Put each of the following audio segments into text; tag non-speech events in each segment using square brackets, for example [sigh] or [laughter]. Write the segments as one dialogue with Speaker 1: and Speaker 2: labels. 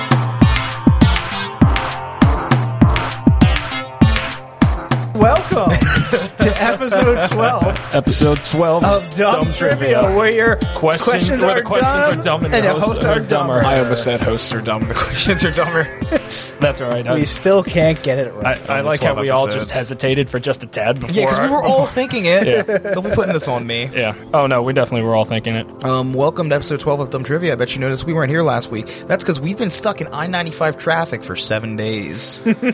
Speaker 1: [laughs]
Speaker 2: Welcome to episode 12
Speaker 3: Episode 12
Speaker 1: [laughs]
Speaker 2: of Dumb, Trivia, where your
Speaker 1: Question-
Speaker 2: questions,
Speaker 1: where the
Speaker 2: are,
Speaker 1: questions
Speaker 2: dumb
Speaker 1: are dumb and
Speaker 2: and the
Speaker 1: the
Speaker 2: hosts
Speaker 1: hosts
Speaker 2: are
Speaker 1: are dumber.
Speaker 2: dumber.
Speaker 3: I almost said hosts are dumb. The questions are dumber.
Speaker 1: That's all right.
Speaker 2: We Oh,
Speaker 1: I,
Speaker 2: still can't get it right.
Speaker 1: I, I like how
Speaker 3: 12
Speaker 1: we all
Speaker 3: episodes.
Speaker 1: just hesitated for just a tad before.
Speaker 4: Yeah, because we
Speaker 1: our-
Speaker 4: were all thinking it. Don't be putting this on me.
Speaker 1: Yeah. Oh no, we definitely were all thinking it.
Speaker 4: Um, welcome to episode 12 of Dumb Trivia. I bet you noticed we weren't here last week. That's because we've been stuck in I 95 traffic for seven days. [laughs] and it's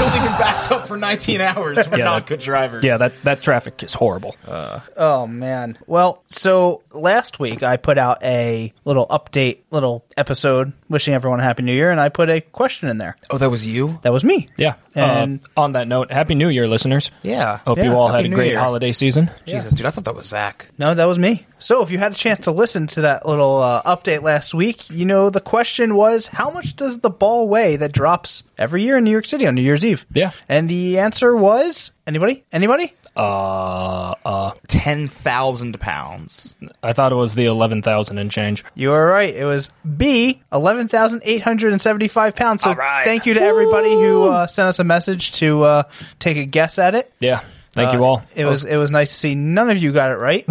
Speaker 4: only been backed up for 19 hours. We're
Speaker 1: Yeah,
Speaker 4: not
Speaker 1: that-
Speaker 4: good drivers.
Speaker 1: Yeah, that that traffic is horrible.
Speaker 2: oh, man. Well, so last week I put out a little update, little episode wishing everyone a Happy New Year, and I put a question in there.
Speaker 4: oh, that was you?
Speaker 2: That was me.
Speaker 1: yeah.
Speaker 2: And-
Speaker 1: uh, on that note, happy New Year, listeners.
Speaker 4: Yeah.
Speaker 1: Hope
Speaker 2: Yeah,
Speaker 1: you all
Speaker 4: Happy
Speaker 1: had a
Speaker 4: New
Speaker 1: great
Speaker 4: Year.
Speaker 1: holiday season.
Speaker 4: Jesus, dude, I thought that was Zach.
Speaker 2: No, that was me. So, if you had a chance to listen to that little uh, update last week, you know the question was how much does the ball weigh that drops every year in New York City on New Year's Eve?
Speaker 1: Yeah.
Speaker 2: And the answer was anybody? Anybody?
Speaker 4: 10,000 pounds.
Speaker 1: Uh, I thought it was the eleven thousand and change.
Speaker 2: You were right. It was B, 11,875 pounds. So,
Speaker 1: All right.
Speaker 2: thank you to everybody who uh, sent us a message to uh, take a guess at it.
Speaker 1: Yeah.
Speaker 2: Uh,
Speaker 1: Thank you all.
Speaker 2: It was it was nice to see none of you got it right,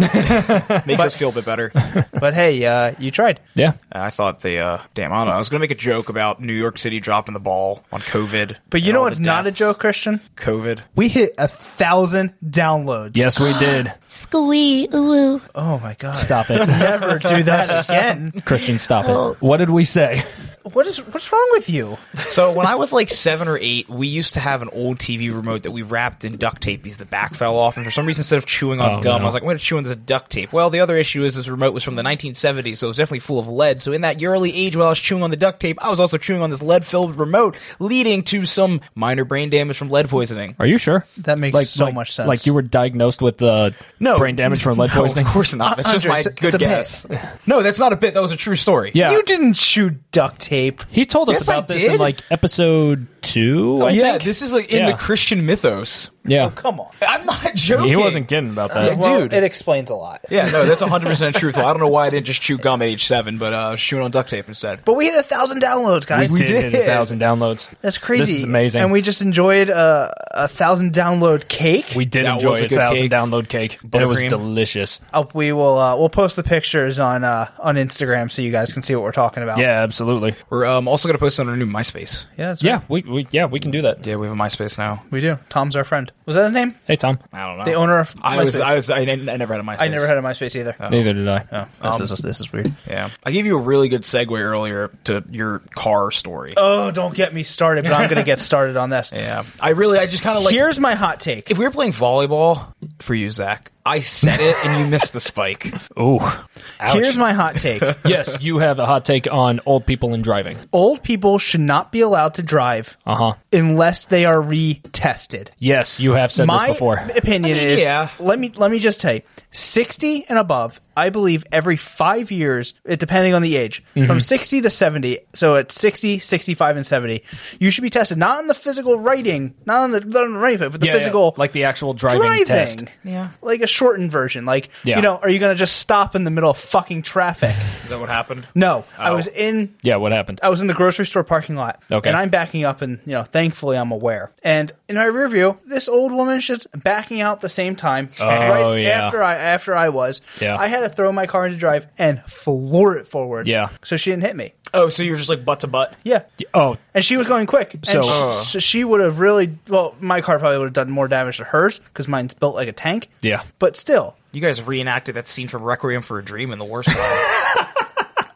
Speaker 4: Makes us feel a bit [laughs] better.
Speaker 2: but hey, uh, you tried.
Speaker 1: Yeah.
Speaker 4: I thought the, uh, damn, I don't know. I was going to make a joke about New York City dropping the ball on COVID.
Speaker 2: But you
Speaker 4: and
Speaker 2: know
Speaker 4: all
Speaker 2: what's
Speaker 4: the
Speaker 2: not a
Speaker 4: deaths.
Speaker 2: joke, Christian?
Speaker 4: COVID.
Speaker 2: We hit a thousand downloads.
Speaker 1: Yes, we did.
Speaker 5: Squee, ooh, ooh.
Speaker 2: Oh my god.
Speaker 1: Stop
Speaker 2: [laughs]
Speaker 1: it.
Speaker 2: Never do that again.
Speaker 1: Christian, stop it. What did we say?
Speaker 2: What is what's wrong with you?
Speaker 4: So when I was like seven or eight, we used to have an old TV remote that we wrapped in duct tape because the back fell off, and for some reason, instead of chewing on
Speaker 1: Oh,
Speaker 4: gum,
Speaker 1: no.
Speaker 4: I was like, "I'm going to chew on this duct tape." Well, the other issue is this remote was from the 1970s, so it was definitely full of lead. So in that early age, while I was chewing on the duct tape, I was also chewing on this lead-filled remote, leading to some minor brain damage from lead poisoning.
Speaker 1: Are you sure?
Speaker 2: That makes so much sense.
Speaker 1: Like you were diagnosed with uh,
Speaker 4: No.
Speaker 1: brain damage from lead
Speaker 4: [laughs] No,
Speaker 1: poisoning.
Speaker 4: of course
Speaker 1: [laughs]
Speaker 4: not. That's just my
Speaker 2: Andres, it's a
Speaker 4: good
Speaker 2: bit.
Speaker 4: guess. No, that's not a bit. That was a true story.
Speaker 1: Yeah.
Speaker 2: You didn't chew duct tape.
Speaker 1: He told us
Speaker 4: Yes,
Speaker 1: about
Speaker 4: I
Speaker 1: this in
Speaker 4: did.
Speaker 1: like episode two. I
Speaker 4: yeah.
Speaker 1: think.
Speaker 4: This Oh, is like in
Speaker 1: Yeah.
Speaker 4: the Christian mythos.
Speaker 1: yeah.
Speaker 2: Come on.
Speaker 4: I'm not joking.
Speaker 1: He wasn't kidding about that.
Speaker 4: Yeah,
Speaker 2: Well,
Speaker 4: dude.
Speaker 2: it explains a lot.
Speaker 4: Yeah, no, that's 100% truthful. I don't know why I didn't just chew gum at age seven, but uh, chewing on duct tape instead.
Speaker 2: But we hit a thousand downloads, guys.
Speaker 1: we, did, hit a thousand downloads.
Speaker 2: That's crazy.
Speaker 1: This is amazing.
Speaker 2: And we just enjoyed a, a thousand download cake.
Speaker 1: we did
Speaker 4: That
Speaker 1: enjoy
Speaker 4: was a
Speaker 1: a
Speaker 4: good
Speaker 1: thousand
Speaker 4: cake.
Speaker 1: download cake, but it was
Speaker 4: Buttercream.
Speaker 1: delicious.
Speaker 2: Up, we will uh, we'll post the pictures on uh, on Instagram so you guys can see what we're talking about.
Speaker 1: Yeah, absolutely.
Speaker 4: We're um, also going to post it on our new MySpace.
Speaker 2: yeah, that's
Speaker 1: Yeah,
Speaker 2: right.
Speaker 1: we, we yeah we can do that.
Speaker 4: Yeah, we have a MySpace now.
Speaker 2: we do. Tom's our friend. Was that his name?
Speaker 1: Hey Tom,
Speaker 4: I don't know.
Speaker 2: The owner of
Speaker 4: I was,
Speaker 2: MySpace.
Speaker 4: I was, I, didn't- I never had a MySpace.
Speaker 2: I never had a MySpace either.
Speaker 1: neither did I. Um,
Speaker 2: Oh, this is this is weird.
Speaker 4: Yeah, I gave you a really good segue earlier to your car story.
Speaker 2: Oh, don't get me started. But I'm going to get started on this.
Speaker 4: Yeah, I really, I just kind of like.
Speaker 2: Here's my hot take.
Speaker 4: if we were playing volleyball for you, Zach, I said it and you missed the [laughs] spike.
Speaker 1: Oh,
Speaker 2: Here's my hot
Speaker 1: [laughs]
Speaker 2: take.
Speaker 1: yes, you have a hot take on old people and driving.
Speaker 2: Old people should not be allowed to drive
Speaker 1: Uh huh.
Speaker 2: unless they are retested.
Speaker 1: Yes, you have said
Speaker 2: my
Speaker 1: this before.
Speaker 2: opinion
Speaker 4: I mean,
Speaker 2: is
Speaker 4: yeah.
Speaker 2: let me let me just tell you 60 and above i believe every five years it- depending on the age
Speaker 1: Mm-hmm.
Speaker 2: from 60 to 70 so at 60 65 and 70 you should be tested not on the physical writing not on the, not on the writing but the
Speaker 1: Yeah, yeah,
Speaker 2: physical
Speaker 1: like the actual driving, test.
Speaker 4: Yeah.
Speaker 2: like a shortened version like
Speaker 1: Yeah.
Speaker 2: you know are you gonna just stop in the middle of fucking traffic
Speaker 4: Is that what happened?
Speaker 2: no i
Speaker 4: Oh.
Speaker 2: was in
Speaker 1: Yeah, what happened?
Speaker 2: I was in the grocery store parking lot.
Speaker 1: Okay.
Speaker 2: And I'm backing up, and you know, thankfully, I'm aware. And in my rear view, this old woman's just backing out the same time. Oh right
Speaker 1: yeah.
Speaker 2: After I after I was,
Speaker 1: Yeah.
Speaker 2: I had to throw my car into drive and floor it forward.
Speaker 1: Yeah.
Speaker 2: So she didn't hit me.
Speaker 4: Oh, so you were just like butt to butt.
Speaker 2: Yeah.
Speaker 1: oh,
Speaker 2: And she was going quick. And
Speaker 1: So-
Speaker 2: she, so she would have really well, my car probably would have done more damage to hers because mine's built like a tank.
Speaker 1: Yeah.
Speaker 2: But still,
Speaker 4: You guys reenacted that scene from Requiem for a Dream in the
Speaker 2: [laughs]
Speaker 4: worst way.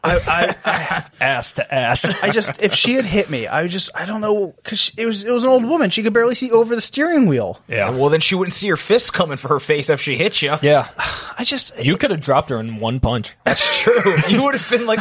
Speaker 2: I, I, I
Speaker 1: ass to ass.
Speaker 2: I just if she had hit me, I just I don't know because it was it was an old woman. She could barely see over the steering wheel.
Speaker 1: [laughs] yeah.
Speaker 4: Well, then she wouldn't see her fists coming for her face if she hit you.
Speaker 1: yeah. [sighs]
Speaker 2: I just
Speaker 1: You could have dropped her in one punch.
Speaker 4: That's true. [laughs] You would have been like,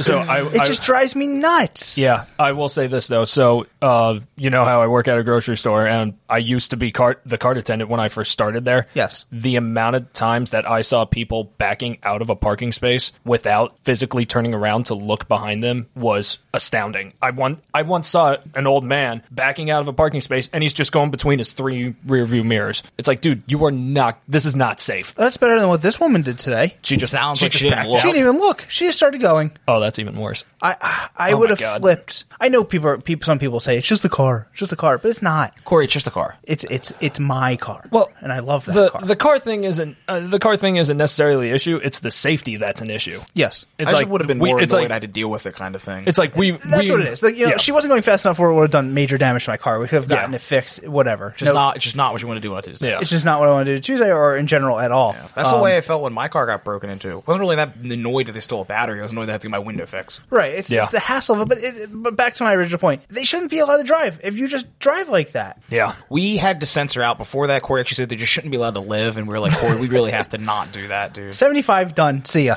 Speaker 1: So I,
Speaker 2: It
Speaker 1: I-
Speaker 2: just drives me nuts.
Speaker 1: Yeah, I will say this though. So, uh, you know how I work at a grocery store, and I used to be cart the cart attendant when I first started there.
Speaker 2: Yes.
Speaker 1: The amount of times that I saw people backing out of a parking space place without physically turning around to look behind them was astounding. I one I once saw an old man backing out of a parking space and he's just going between his three rear view mirrors. It's like, dude, you are not this is not safe.
Speaker 2: Oh, That's better than what this woman did today.
Speaker 1: She just
Speaker 4: Sounds
Speaker 1: she
Speaker 4: like
Speaker 1: just
Speaker 4: she didn't
Speaker 1: backed
Speaker 4: look.
Speaker 1: out.
Speaker 2: She didn't even look. She just started going.
Speaker 1: Oh, that's even worse.
Speaker 2: I I, I
Speaker 1: Oh
Speaker 2: would
Speaker 1: my
Speaker 2: have
Speaker 1: God.
Speaker 2: flipped. I know people. Are, people. Some people say it's just the car. It's just the car, but it's not.
Speaker 4: Corey, it's just a car.
Speaker 2: It's it's it's my car.
Speaker 1: Well,
Speaker 2: and I love that
Speaker 1: the
Speaker 2: car.
Speaker 1: the car thing isn't uh, the car thing isn't necessarily the issue. It's the safety that's an issue.
Speaker 2: yes,
Speaker 1: It's
Speaker 3: I
Speaker 1: like
Speaker 3: just would have been
Speaker 1: we-
Speaker 3: more
Speaker 1: it's
Speaker 3: annoyed
Speaker 1: like-
Speaker 3: I had to deal with it kind of thing.
Speaker 1: It's like we.
Speaker 2: that's
Speaker 1: we-
Speaker 2: what it is. Like, you know,
Speaker 1: yeah.
Speaker 2: she wasn't going fast enough where it would have done major damage to my car. We could have gotten
Speaker 1: Yeah.
Speaker 2: it fixed. Whatever.
Speaker 4: Just
Speaker 2: No,
Speaker 4: not, it's just not what you want to do on a Tuesday.
Speaker 1: Yeah.
Speaker 2: It's just not what I want to do Tuesday or in general at all.
Speaker 3: That's
Speaker 2: Um,
Speaker 3: the way I felt when my car got broken into. I wasn't really that annoyed that they stole a battery. I was annoyed that I had to get my window fixed.
Speaker 2: Right, it's,
Speaker 1: Yeah.
Speaker 2: it's the hassle of it. But, it, but back to my original point, they shouldn't be allowed to drive if you just drive like that.
Speaker 1: Yeah.
Speaker 4: We had to censor out before that. Corey actually said they just shouldn't be allowed to live, and we were like, Corey, we really have to not do that,
Speaker 1: [laughs]
Speaker 4: dude.
Speaker 2: Seventy-five done. See ya.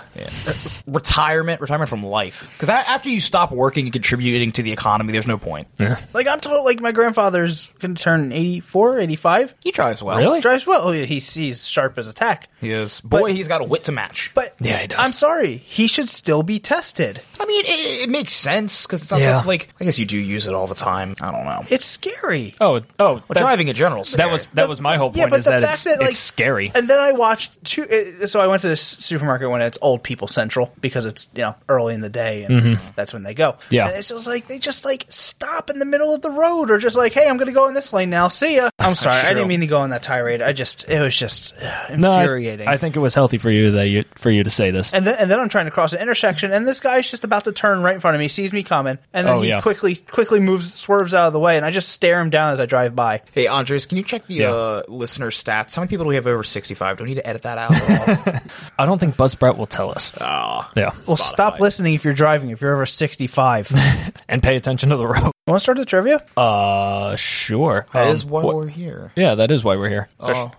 Speaker 4: retirement, retirement from life. Because after you stop working and contributing to the economy, there's no point.
Speaker 2: Like I'm told, like my grandfather's gonna turn 84, 85.
Speaker 4: He drives well.
Speaker 1: Really?
Speaker 2: Drives well. Oh, yeah, he's he's sharp as a tack.
Speaker 4: He is. Boy,
Speaker 2: But-
Speaker 4: he's got a wit to match.
Speaker 2: But
Speaker 1: Yeah, he does.
Speaker 2: I'm sorry, he should still be tested.
Speaker 4: I mean, it, it makes sense because it's not
Speaker 1: Yeah.
Speaker 4: something like I guess you do use it all the time. I don't know.
Speaker 2: It's scary.
Speaker 1: Oh. Oh.
Speaker 4: But driving in general,
Speaker 1: That was that was my whole point.
Speaker 2: yeah, but
Speaker 1: is
Speaker 2: the
Speaker 1: that
Speaker 2: fact
Speaker 1: it's,
Speaker 2: that like
Speaker 1: it's scary.
Speaker 2: And then I watched two. It, so I went to this supermarket when it's old people central because it's you know early in the day and that's when they go.
Speaker 1: Mm-hmm. Yeah.
Speaker 2: and it's just like they just like stop in the middle of the road or just like, hey, I'm going to go in this lane now. See
Speaker 1: [laughs]
Speaker 2: ya. I'm sorry, I didn't
Speaker 4: true.
Speaker 2: mean to go on that tirade. I just it was just uh,
Speaker 1: No, I-
Speaker 2: infuriating.
Speaker 1: I, think it was healthy for you that you for you to say this.
Speaker 2: and then, and then I'm trying to cross an intersection, and this guy's just about to turn right in front of me, sees me coming, and then
Speaker 1: Oh,
Speaker 2: he
Speaker 1: yeah.
Speaker 2: quickly quickly moves, swerves out of the way, and I just stare him down as I drive by.
Speaker 4: Hey, Andres, can you check the
Speaker 1: Yeah.
Speaker 4: uh, listener stats? How many people do we have over 65? Do we need to edit that out Ah. at [laughs] all?
Speaker 1: I don't think Buzzsprout will tell us. yeah.
Speaker 2: Well, stop listening if you're driving, if you're over 65. [laughs] you want
Speaker 1: And pay attention to the road.
Speaker 2: to start the trivia?
Speaker 1: Uh, sure.
Speaker 4: That
Speaker 1: Um,
Speaker 4: is why
Speaker 1: what-
Speaker 4: we're here.
Speaker 1: Yeah, that is why we're here.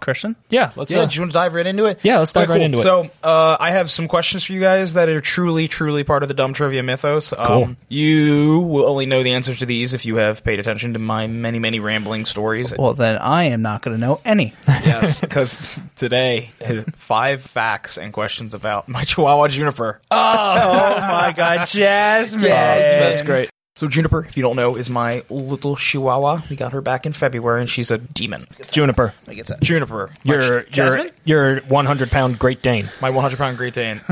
Speaker 2: Christian?
Speaker 1: yeah. Let's.
Speaker 4: Yeah,
Speaker 1: uh,
Speaker 4: do you want to dive right into it?
Speaker 1: Yeah, let's dive
Speaker 4: Okay,
Speaker 1: right
Speaker 4: cool.
Speaker 1: into it.
Speaker 4: So, uh, I have some questions for you guys that are truly, truly part of the dumb trivia mythos. Um,
Speaker 1: Cool.
Speaker 4: You will only know the answers to these if you have paid attention to my many, many rambling stories.
Speaker 2: Well, then I am not going to know any. [laughs]
Speaker 4: yes, because today, five facts and questions about my [laughs] Chihuahua Juniper.
Speaker 2: oh my God, Jasmine.
Speaker 4: that's great. So Juniper, if you don't know, is my little Chihuahua. We got her back in February, and she's a demon.
Speaker 1: Juniper,
Speaker 2: I guess that.
Speaker 4: Juniper, my
Speaker 1: your your
Speaker 2: Jasmine?
Speaker 1: your 100 pound Great Dane.
Speaker 4: my 100 pound Great Dane.
Speaker 2: [laughs]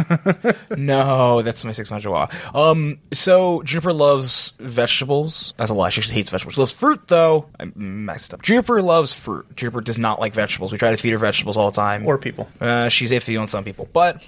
Speaker 4: no, that's my 6 pound Chihuahua. Um, so Juniper loves vegetables. That's a lie. She hates vegetables. She loves fruit though. I messed up. Juniper loves fruit. Juniper does not like vegetables. We try to feed her vegetables all the time.
Speaker 2: Or people.
Speaker 4: Uh, she's iffy on some people, but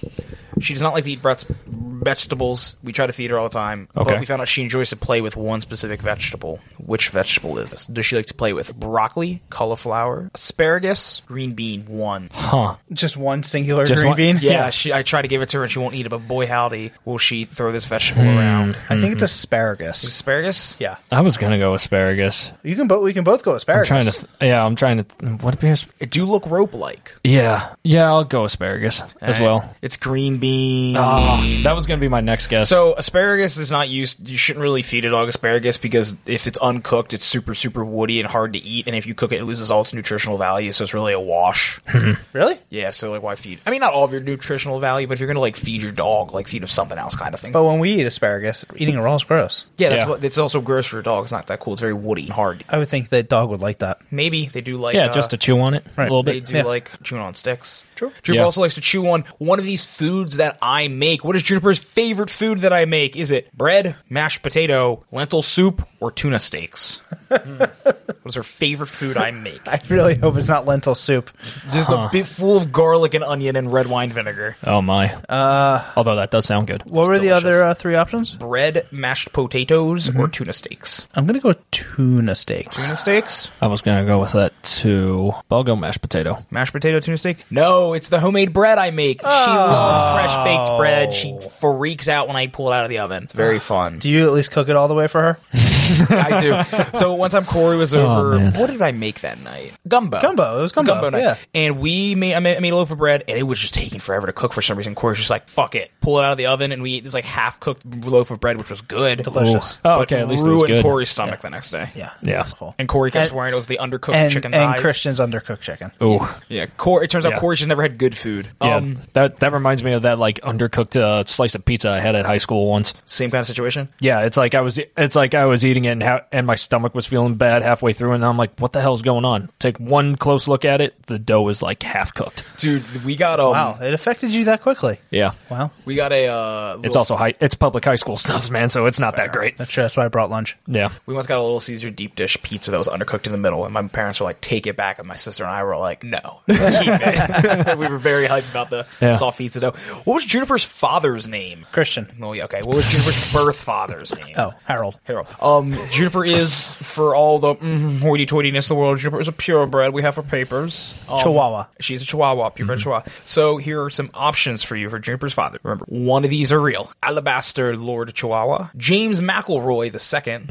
Speaker 4: she does not like to eat breaths, vegetables. We try to feed her all the time.
Speaker 1: Okay.
Speaker 4: But we found out she enjoys to play with one specific vegetable. Which vegetable is this? Does she like to play with broccoli, cauliflower, asparagus, green bean? One.
Speaker 1: Huh.
Speaker 2: Just one singular
Speaker 1: Just
Speaker 2: green
Speaker 1: one-
Speaker 2: bean?
Speaker 4: Yeah, she, I try to give it to her and she won't eat it, but boy howdy, will she throw this vegetable
Speaker 1: Hmm.
Speaker 4: around.
Speaker 2: I think
Speaker 1: Mm-hmm.
Speaker 2: it's asparagus.
Speaker 4: Asparagus?
Speaker 2: Yeah.
Speaker 1: I was gonna go asparagus.
Speaker 2: You can both we can both go
Speaker 1: I'm
Speaker 2: asparagus.
Speaker 1: trying to. Th- yeah, I'm trying to. Th- what appears?
Speaker 4: It do look rope like.
Speaker 1: Yeah, yeah. I'll go asparagus as well.
Speaker 4: It's green bean.
Speaker 1: Ah, That was gonna be my next guess.
Speaker 4: So asparagus is not used. You shouldn't really feed a dog asparagus because if it's uncooked, it's super super woody and hard to eat. And if you cook it, it loses all its nutritional value. So it's really a wash.
Speaker 1: Hmm.
Speaker 2: really?
Speaker 4: yeah. So like, why feed? I mean, not all of your nutritional value, but if you're gonna like feed your dog, like feed him something else, kind of thing.
Speaker 2: But when we eat asparagus, eating it raw is gross.
Speaker 4: yeah, that's
Speaker 1: Oh, Yeah.
Speaker 4: what. It's also gross for a dog. It's not that cool. It's very woody and hard.
Speaker 2: I would think that dog would like that.
Speaker 4: Maybe they do like
Speaker 1: yeah,
Speaker 4: uh,
Speaker 1: just to chew on it a
Speaker 2: Right.
Speaker 1: little
Speaker 4: They
Speaker 1: bit.
Speaker 4: do
Speaker 2: Yeah.
Speaker 4: like chewing on sticks.
Speaker 2: True.
Speaker 4: Juniper
Speaker 1: Yeah.
Speaker 4: also likes to chew on one of these foods that I make. What is Juniper's favorite food that I make? Is it bread, mashed potato, lentil soup, or tuna [laughs] steaks? what is her favorite food I
Speaker 2: [laughs]
Speaker 4: make?
Speaker 2: I really hope it's not lentil soup.
Speaker 4: Just a bit full of garlic and onion and red wine vinegar.
Speaker 1: Oh my. Uh, Although that does sound good.
Speaker 2: What were
Speaker 4: delicious.
Speaker 2: the other uh, three options?
Speaker 4: Bread, mashed potatoes, or tuna steaks?
Speaker 2: I'm going to go tuna steaks.
Speaker 4: Tuna steaks?
Speaker 1: I was gonna go with that too. But I'll go mashed potato.
Speaker 4: Mashed potato, tuna steak? No, it's the homemade bread I make. She loves fresh baked bread. She freaks out when I pull it out of the oven. Oh. It's very fun.
Speaker 2: Do you at least cook it all the way for her?
Speaker 4: I do. So one time Corey was
Speaker 1: Oh,
Speaker 4: over.
Speaker 6: man.
Speaker 4: what did I make that night? Gumbo.
Speaker 2: Gumbo. It was gumbo, yeah.
Speaker 4: And we made I, made I made a loaf of bread, and it was just taking forever to cook for some reason. Corey's just like, "Fuck it," pull it out of the oven, and we ate this like half cooked loaf of bread, which was good,
Speaker 2: Delicious.
Speaker 1: Oh,
Speaker 4: but
Speaker 1: okay, at least it was
Speaker 4: ruined
Speaker 1: good.
Speaker 4: Corey's stomach the next day.
Speaker 2: Yeah.
Speaker 1: Yeah.
Speaker 2: Awful.
Speaker 4: And Corey kept
Speaker 2: And-
Speaker 4: wearing it was the undercooked
Speaker 2: And,
Speaker 4: chicken
Speaker 2: and
Speaker 4: thighs.
Speaker 2: Christian's undercooked chicken.
Speaker 1: Oh,
Speaker 4: Yeah, Corey. It turns out
Speaker 1: Yeah.
Speaker 4: Corey's just never had good food.
Speaker 1: yeah.
Speaker 4: Um,
Speaker 1: that that reminds me of that like undercooked uh, slice of pizza I had at high school once.
Speaker 4: same kind of situation.
Speaker 1: Yeah, it's like I was it's like I was eating it and ha- and my stomach was feeling bad halfway through, and I'm like, what the hell's going on? Take one close look at it, the dough is like half cooked.
Speaker 4: Dude, we got um,
Speaker 2: Wow. It affected you that quickly.
Speaker 1: Yeah.
Speaker 2: Wow.
Speaker 4: we got a. Uh,
Speaker 1: It's
Speaker 4: little-
Speaker 1: also high. It's public high school stuff, man. So it's not that great.
Speaker 2: That's true. That's why I brought lunch.
Speaker 1: Yeah.
Speaker 4: We once got a little Caesar deep dish pizza that was undercooked in the middle, and my parents were like, "Take it back," and my sister and I were like, "No, [laughs] keep it." [laughs] we were very hyped about the
Speaker 1: Yeah.
Speaker 4: soft pizza dough. What was Juniper's father's name?
Speaker 2: Christian.
Speaker 4: Well, yeah, okay. What was Juniper's [laughs] birth father's name?
Speaker 2: Oh, Harold.
Speaker 4: Harold. Um, Juniper is for all the mm, hoity-toityness of the world. Juniper is a purebred. We have her papers. Um,
Speaker 2: Chihuahua.
Speaker 4: She's a Chihuahua, purebred Chihuahua. So here are some options for you for Juniper's father. Remember, one of these are real: Alabaster Lord Chihuahua, James McElroy the second.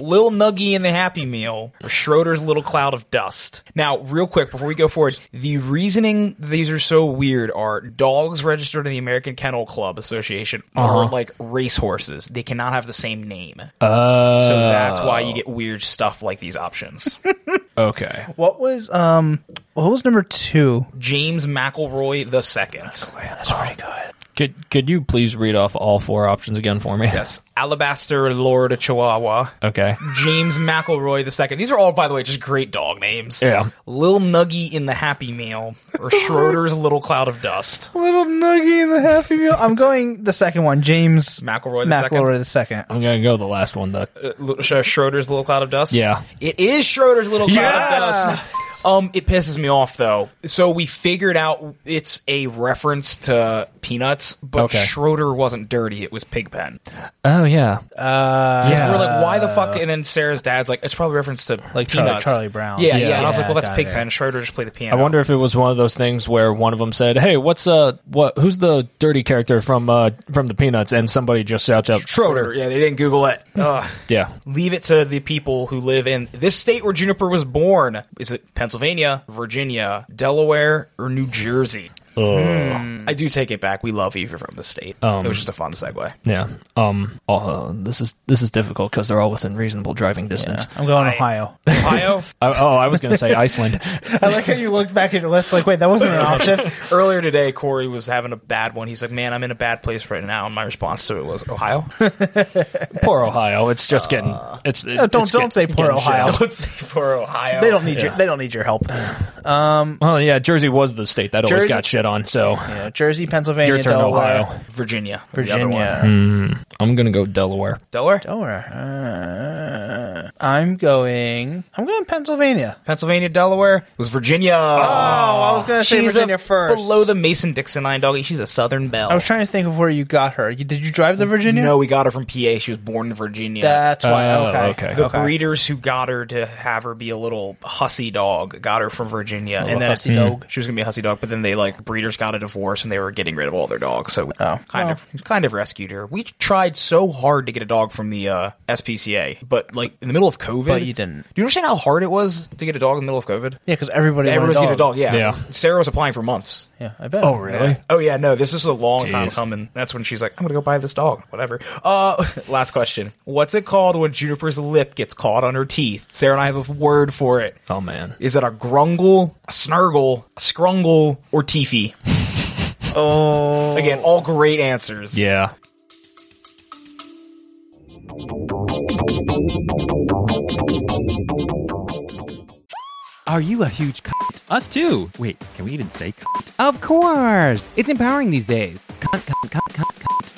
Speaker 4: Lil Nuggy and the Happy Meal, or Schroeder's Little Cloud of Dust. Now, real quick, before we go forward, the reasoning these are so weird are dogs registered in the American Kennel Club Association are like racehorses. They cannot have the same name.
Speaker 1: Uh,
Speaker 4: so that's why you get weird stuff like these options.
Speaker 1: okay.
Speaker 2: What was um? What was number two?
Speaker 4: James McElroy the second.
Speaker 2: Oh, That's pretty good.
Speaker 1: Um, Could could you please read off all four options again for me? [laughs]
Speaker 4: Yes. Alabaster Lord Chihuahua.
Speaker 1: Okay.
Speaker 4: James McElroy the second. These are all, by the way, just great dog names.
Speaker 1: Yeah.
Speaker 4: Lil Nuggy in the Happy Meal, or Schroeder's Little Cloud of Dust.
Speaker 2: Little nuggy in the happy meal. I'm going the second one. James
Speaker 4: McElroy the second?
Speaker 2: McElroy the second.
Speaker 1: I'm gonna go the last one. The
Speaker 2: Uh,
Speaker 4: Uh, L- Sh- Schroeder's Little Cloud of Dust?
Speaker 1: Yeah.
Speaker 4: It is Schroeder's Little Cloud
Speaker 2: Yes!
Speaker 4: of Dust. Um, it pisses me off though. So we figured out it's a reference to Peanuts, but
Speaker 1: Okay.
Speaker 4: Schroeder wasn't dirty; it was Pigpen.
Speaker 1: oh yeah.
Speaker 2: Uh,
Speaker 4: And we're like, why the fuck? And then Sarah's dad's like, it's probably a reference to
Speaker 2: Like Charlie-
Speaker 4: Peanuts,
Speaker 2: Charlie Brown.
Speaker 4: Yeah, yeah.
Speaker 1: Yeah.
Speaker 4: And I was
Speaker 2: Yeah,
Speaker 4: like, well, that's
Speaker 2: got it.
Speaker 4: Pigpen. Schroeder just played the piano.
Speaker 1: I wonder if it was one of those things where one of them said, "Hey, what's uh what who's the dirty character from uh from the Peanuts?" and somebody just shouts out,
Speaker 4: Schroeder. Yeah, they didn't Google it.
Speaker 2: Hmm.
Speaker 4: Ugh.
Speaker 1: "Yeah,
Speaker 4: Leave it to the people who live in this state where Juniper was born. Is it Pennsylvania, Virginia, Delaware, or New Jersey?
Speaker 2: Hmm.
Speaker 4: I do take it back. We love you if you're from the state. it
Speaker 2: Um.
Speaker 4: was just a
Speaker 2: [laughs]
Speaker 4: fun segue.
Speaker 1: yeah." Um, uh, this is this is difficult because they're all within reasonable driving distance.
Speaker 2: I'm going Ohio.
Speaker 4: Ohio.
Speaker 1: I, oh, I was gonna say Iceland.
Speaker 2: [laughs] I like how you looked back at your list like, wait, that wasn't an [laughs] option.
Speaker 4: Earlier today, Corey was having a bad one. He's like, "Man, I'm in a bad place right now." And my response to it
Speaker 2: [laughs]
Speaker 4: was, "Ohio."
Speaker 1: poor Ohio. It's just getting it's. It,
Speaker 2: Uh, don't-
Speaker 1: it's
Speaker 2: don't
Speaker 1: get-
Speaker 2: say poor
Speaker 1: getting shit.
Speaker 2: Ohio.
Speaker 4: Don't say for Ohio.
Speaker 2: They don't need your. They don't need your help.
Speaker 1: Well, yeah, Jersey was the state that always
Speaker 2: Jersey-
Speaker 1: got shit on. So
Speaker 2: Yeah, Jersey, Pennsylvania,
Speaker 1: your turn,
Speaker 2: Delaware,
Speaker 1: Ohio.
Speaker 4: Virginia. the other one.
Speaker 2: Virginia,
Speaker 1: Hmm. I'm gonna go Delaware.
Speaker 4: Delaware,
Speaker 2: Delaware. Uh, I'm going. I'm going Pennsylvania.
Speaker 4: Pennsylvania, Delaware. It was Virginia.
Speaker 2: Oh, I was gonna say
Speaker 4: she's
Speaker 2: Virginia
Speaker 4: a,
Speaker 2: first. Oh,
Speaker 4: below the Mason Dixon line, doggy. She's a Southern Belle.
Speaker 2: I was trying to think of where you got her. You- Did you drive to Virginia?
Speaker 4: No, we got her from PA. She was born in Virginia.
Speaker 2: That's why.
Speaker 1: Oh,
Speaker 2: okay.
Speaker 1: okay.
Speaker 4: the
Speaker 2: okay.
Speaker 4: breeders who got her to have her be a little hussy dog got her from Virginia, and then Hmm.
Speaker 2: hussy dog.
Speaker 4: she was gonna be a hussy dog. But then they like breeders got a divorce, and they were getting rid of all their dogs. So we
Speaker 2: Oh.
Speaker 4: kind of kind of rescued her. We tried so hard to get a dog from the uh, SPCA, but like in the middle of COVID,
Speaker 2: But you didn't.
Speaker 4: Do you understand how hard it was to get a dog in the middle of COVID?
Speaker 2: Yeah, because everybody. wanted
Speaker 4: Everyone's getting a dog. Yeah.
Speaker 1: Yeah.
Speaker 4: Sarah was applying for months.
Speaker 2: Yeah, I bet.
Speaker 1: Oh, really?
Speaker 4: Oh yeah, no, this is a long time
Speaker 1: Jeez.
Speaker 4: coming. That's when she's like, I'm gonna go buy this dog. Whatever. Uh [laughs] last question. What's it called when Juniper's lip gets caught on her teeth? Sarah and I have a word for it.
Speaker 1: Oh man.
Speaker 4: Is it a grungle, a snurgle, a scrungle,
Speaker 1: [laughs]
Speaker 4: or teefy?
Speaker 2: Oh,
Speaker 4: Again, all great answers.
Speaker 1: Yeah.
Speaker 6: Are you a huge cunt? Us too. Wait, can we even say cunt? Of course. It's empowering these days. Cunt, cunt, cunt, cunt, cunt.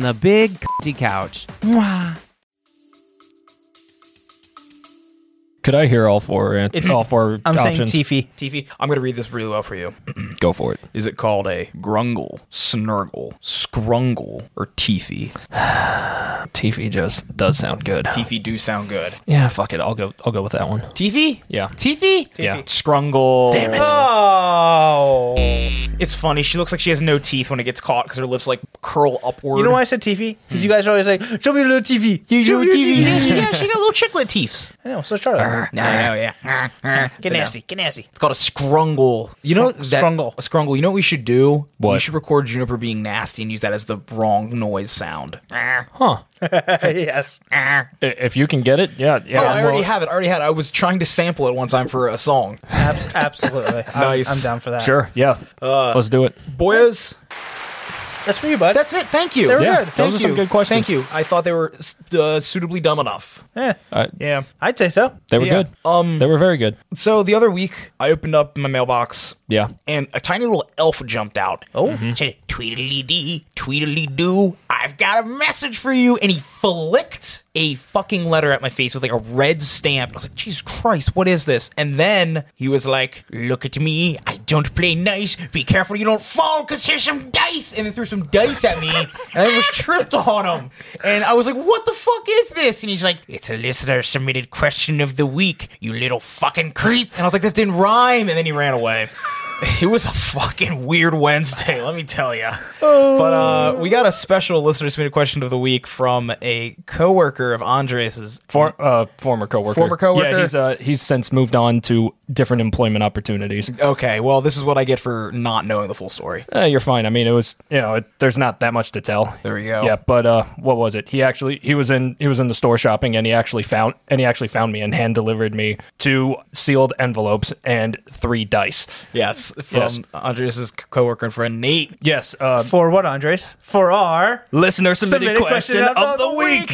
Speaker 6: The Big Cunty Couch. Mwah.
Speaker 1: could I hear all four? an-
Speaker 2: It's-
Speaker 1: all four
Speaker 2: I'm
Speaker 1: options.
Speaker 2: saying Tiffy.
Speaker 4: Tiffy, I'm going to read this really well for you. [clears throat]
Speaker 1: Go for it.
Speaker 4: Is it called a grungle, snurgle, scrungle, or teefy?
Speaker 1: Tiffy just does sound good.
Speaker 4: Teefy do sound good.
Speaker 1: Yeah, fuck it. I'll go. I'll go with that one.
Speaker 4: Teefy?
Speaker 1: Yeah.
Speaker 4: Teefy?
Speaker 1: Yeah.
Speaker 4: Scrungle. Damn
Speaker 1: it.
Speaker 4: Oh. It's funny. She looks like she has no teeth when it gets caught because her lips like curl upward.
Speaker 2: You know
Speaker 4: [laughs]
Speaker 2: why I said Tiffy? Because you guys are always like, show me your little TV. You
Speaker 4: She, yeah, she got- she got little chiclet teeths.
Speaker 2: I know, so try that.
Speaker 4: No, no, yeah.
Speaker 2: Get nasty, get nasty.
Speaker 4: [laughs]
Speaker 2: [laughs]
Speaker 4: It's called a scrungle. You know that
Speaker 2: scrungle.
Speaker 4: A scrungle. You know what we should do?
Speaker 1: What?
Speaker 4: We should record Juniper being nasty and use that as the wrong noise sound.
Speaker 1: Huh.
Speaker 2: yes.
Speaker 1: I- If you can get it, yeah, yeah.
Speaker 4: Oh, I
Speaker 1: I'm
Speaker 4: already
Speaker 1: willing-
Speaker 4: have it. I already had. It. I was trying to sample it one time for a song.
Speaker 2: Abs- absolutely. I'm,
Speaker 4: Nice.
Speaker 2: I'm down for that.
Speaker 1: Sure. Yeah.
Speaker 4: Uh,
Speaker 1: Let's do it.
Speaker 4: Boyos.
Speaker 2: That's for you, bud.
Speaker 4: That's it. Thank you.
Speaker 2: They were Yeah,
Speaker 1: good. those
Speaker 4: Thank
Speaker 1: are some
Speaker 4: you.
Speaker 1: good questions.
Speaker 4: Thank you. I thought they were uh, suitably dumb enough.
Speaker 2: yeah.
Speaker 1: I,
Speaker 4: Yeah.
Speaker 2: I'd say so.
Speaker 1: They were
Speaker 4: Yeah.
Speaker 1: good. Um. They were very good.
Speaker 4: So the other week, I opened up my mailbox
Speaker 1: Yeah.
Speaker 4: and a tiny little elf jumped out. Oh, said Tweedly dee, Tweedly doo, I've got a message for you. And he flicked a fucking letter at my face with like a red stamp. I was like, Jesus Christ, what is this? And then he was like, Look at me, I don't play nice. Be careful you don't fall, cause here's some dice. And then threw some dice at me, and I was tripped on him. And I was like, What the fuck is this? And he's like, It's a listener submitted question of the week, you little fucking creep. And I was like, That didn't rhyme. And then he ran away. [laughs] It was a fucking weird Wednesday, let me tell you. But uh, we got a special listener submitted question of the week from a coworker of Andres's.
Speaker 1: For, uh, former coworker.
Speaker 4: Former coworker?
Speaker 1: Yeah. He's uh. He's since moved on to different employment opportunities.
Speaker 4: Okay, well, this is what I get for not knowing the full story.
Speaker 1: Uh, you're fine. I mean, it was you know, it, there's not that much to tell.
Speaker 4: There we go.
Speaker 1: Yeah, but uh, what was it? He actually he was in he was in the store shopping, and he actually found and he actually found me and hand delivered me two sealed envelopes and three dice.
Speaker 4: Yes, from
Speaker 1: Yes.
Speaker 4: Andres's coworker and friend Nate.
Speaker 1: Yes, uh,
Speaker 2: For what, Andres? For our
Speaker 1: listener submitted,
Speaker 2: Submitted
Speaker 1: question, of, the, week.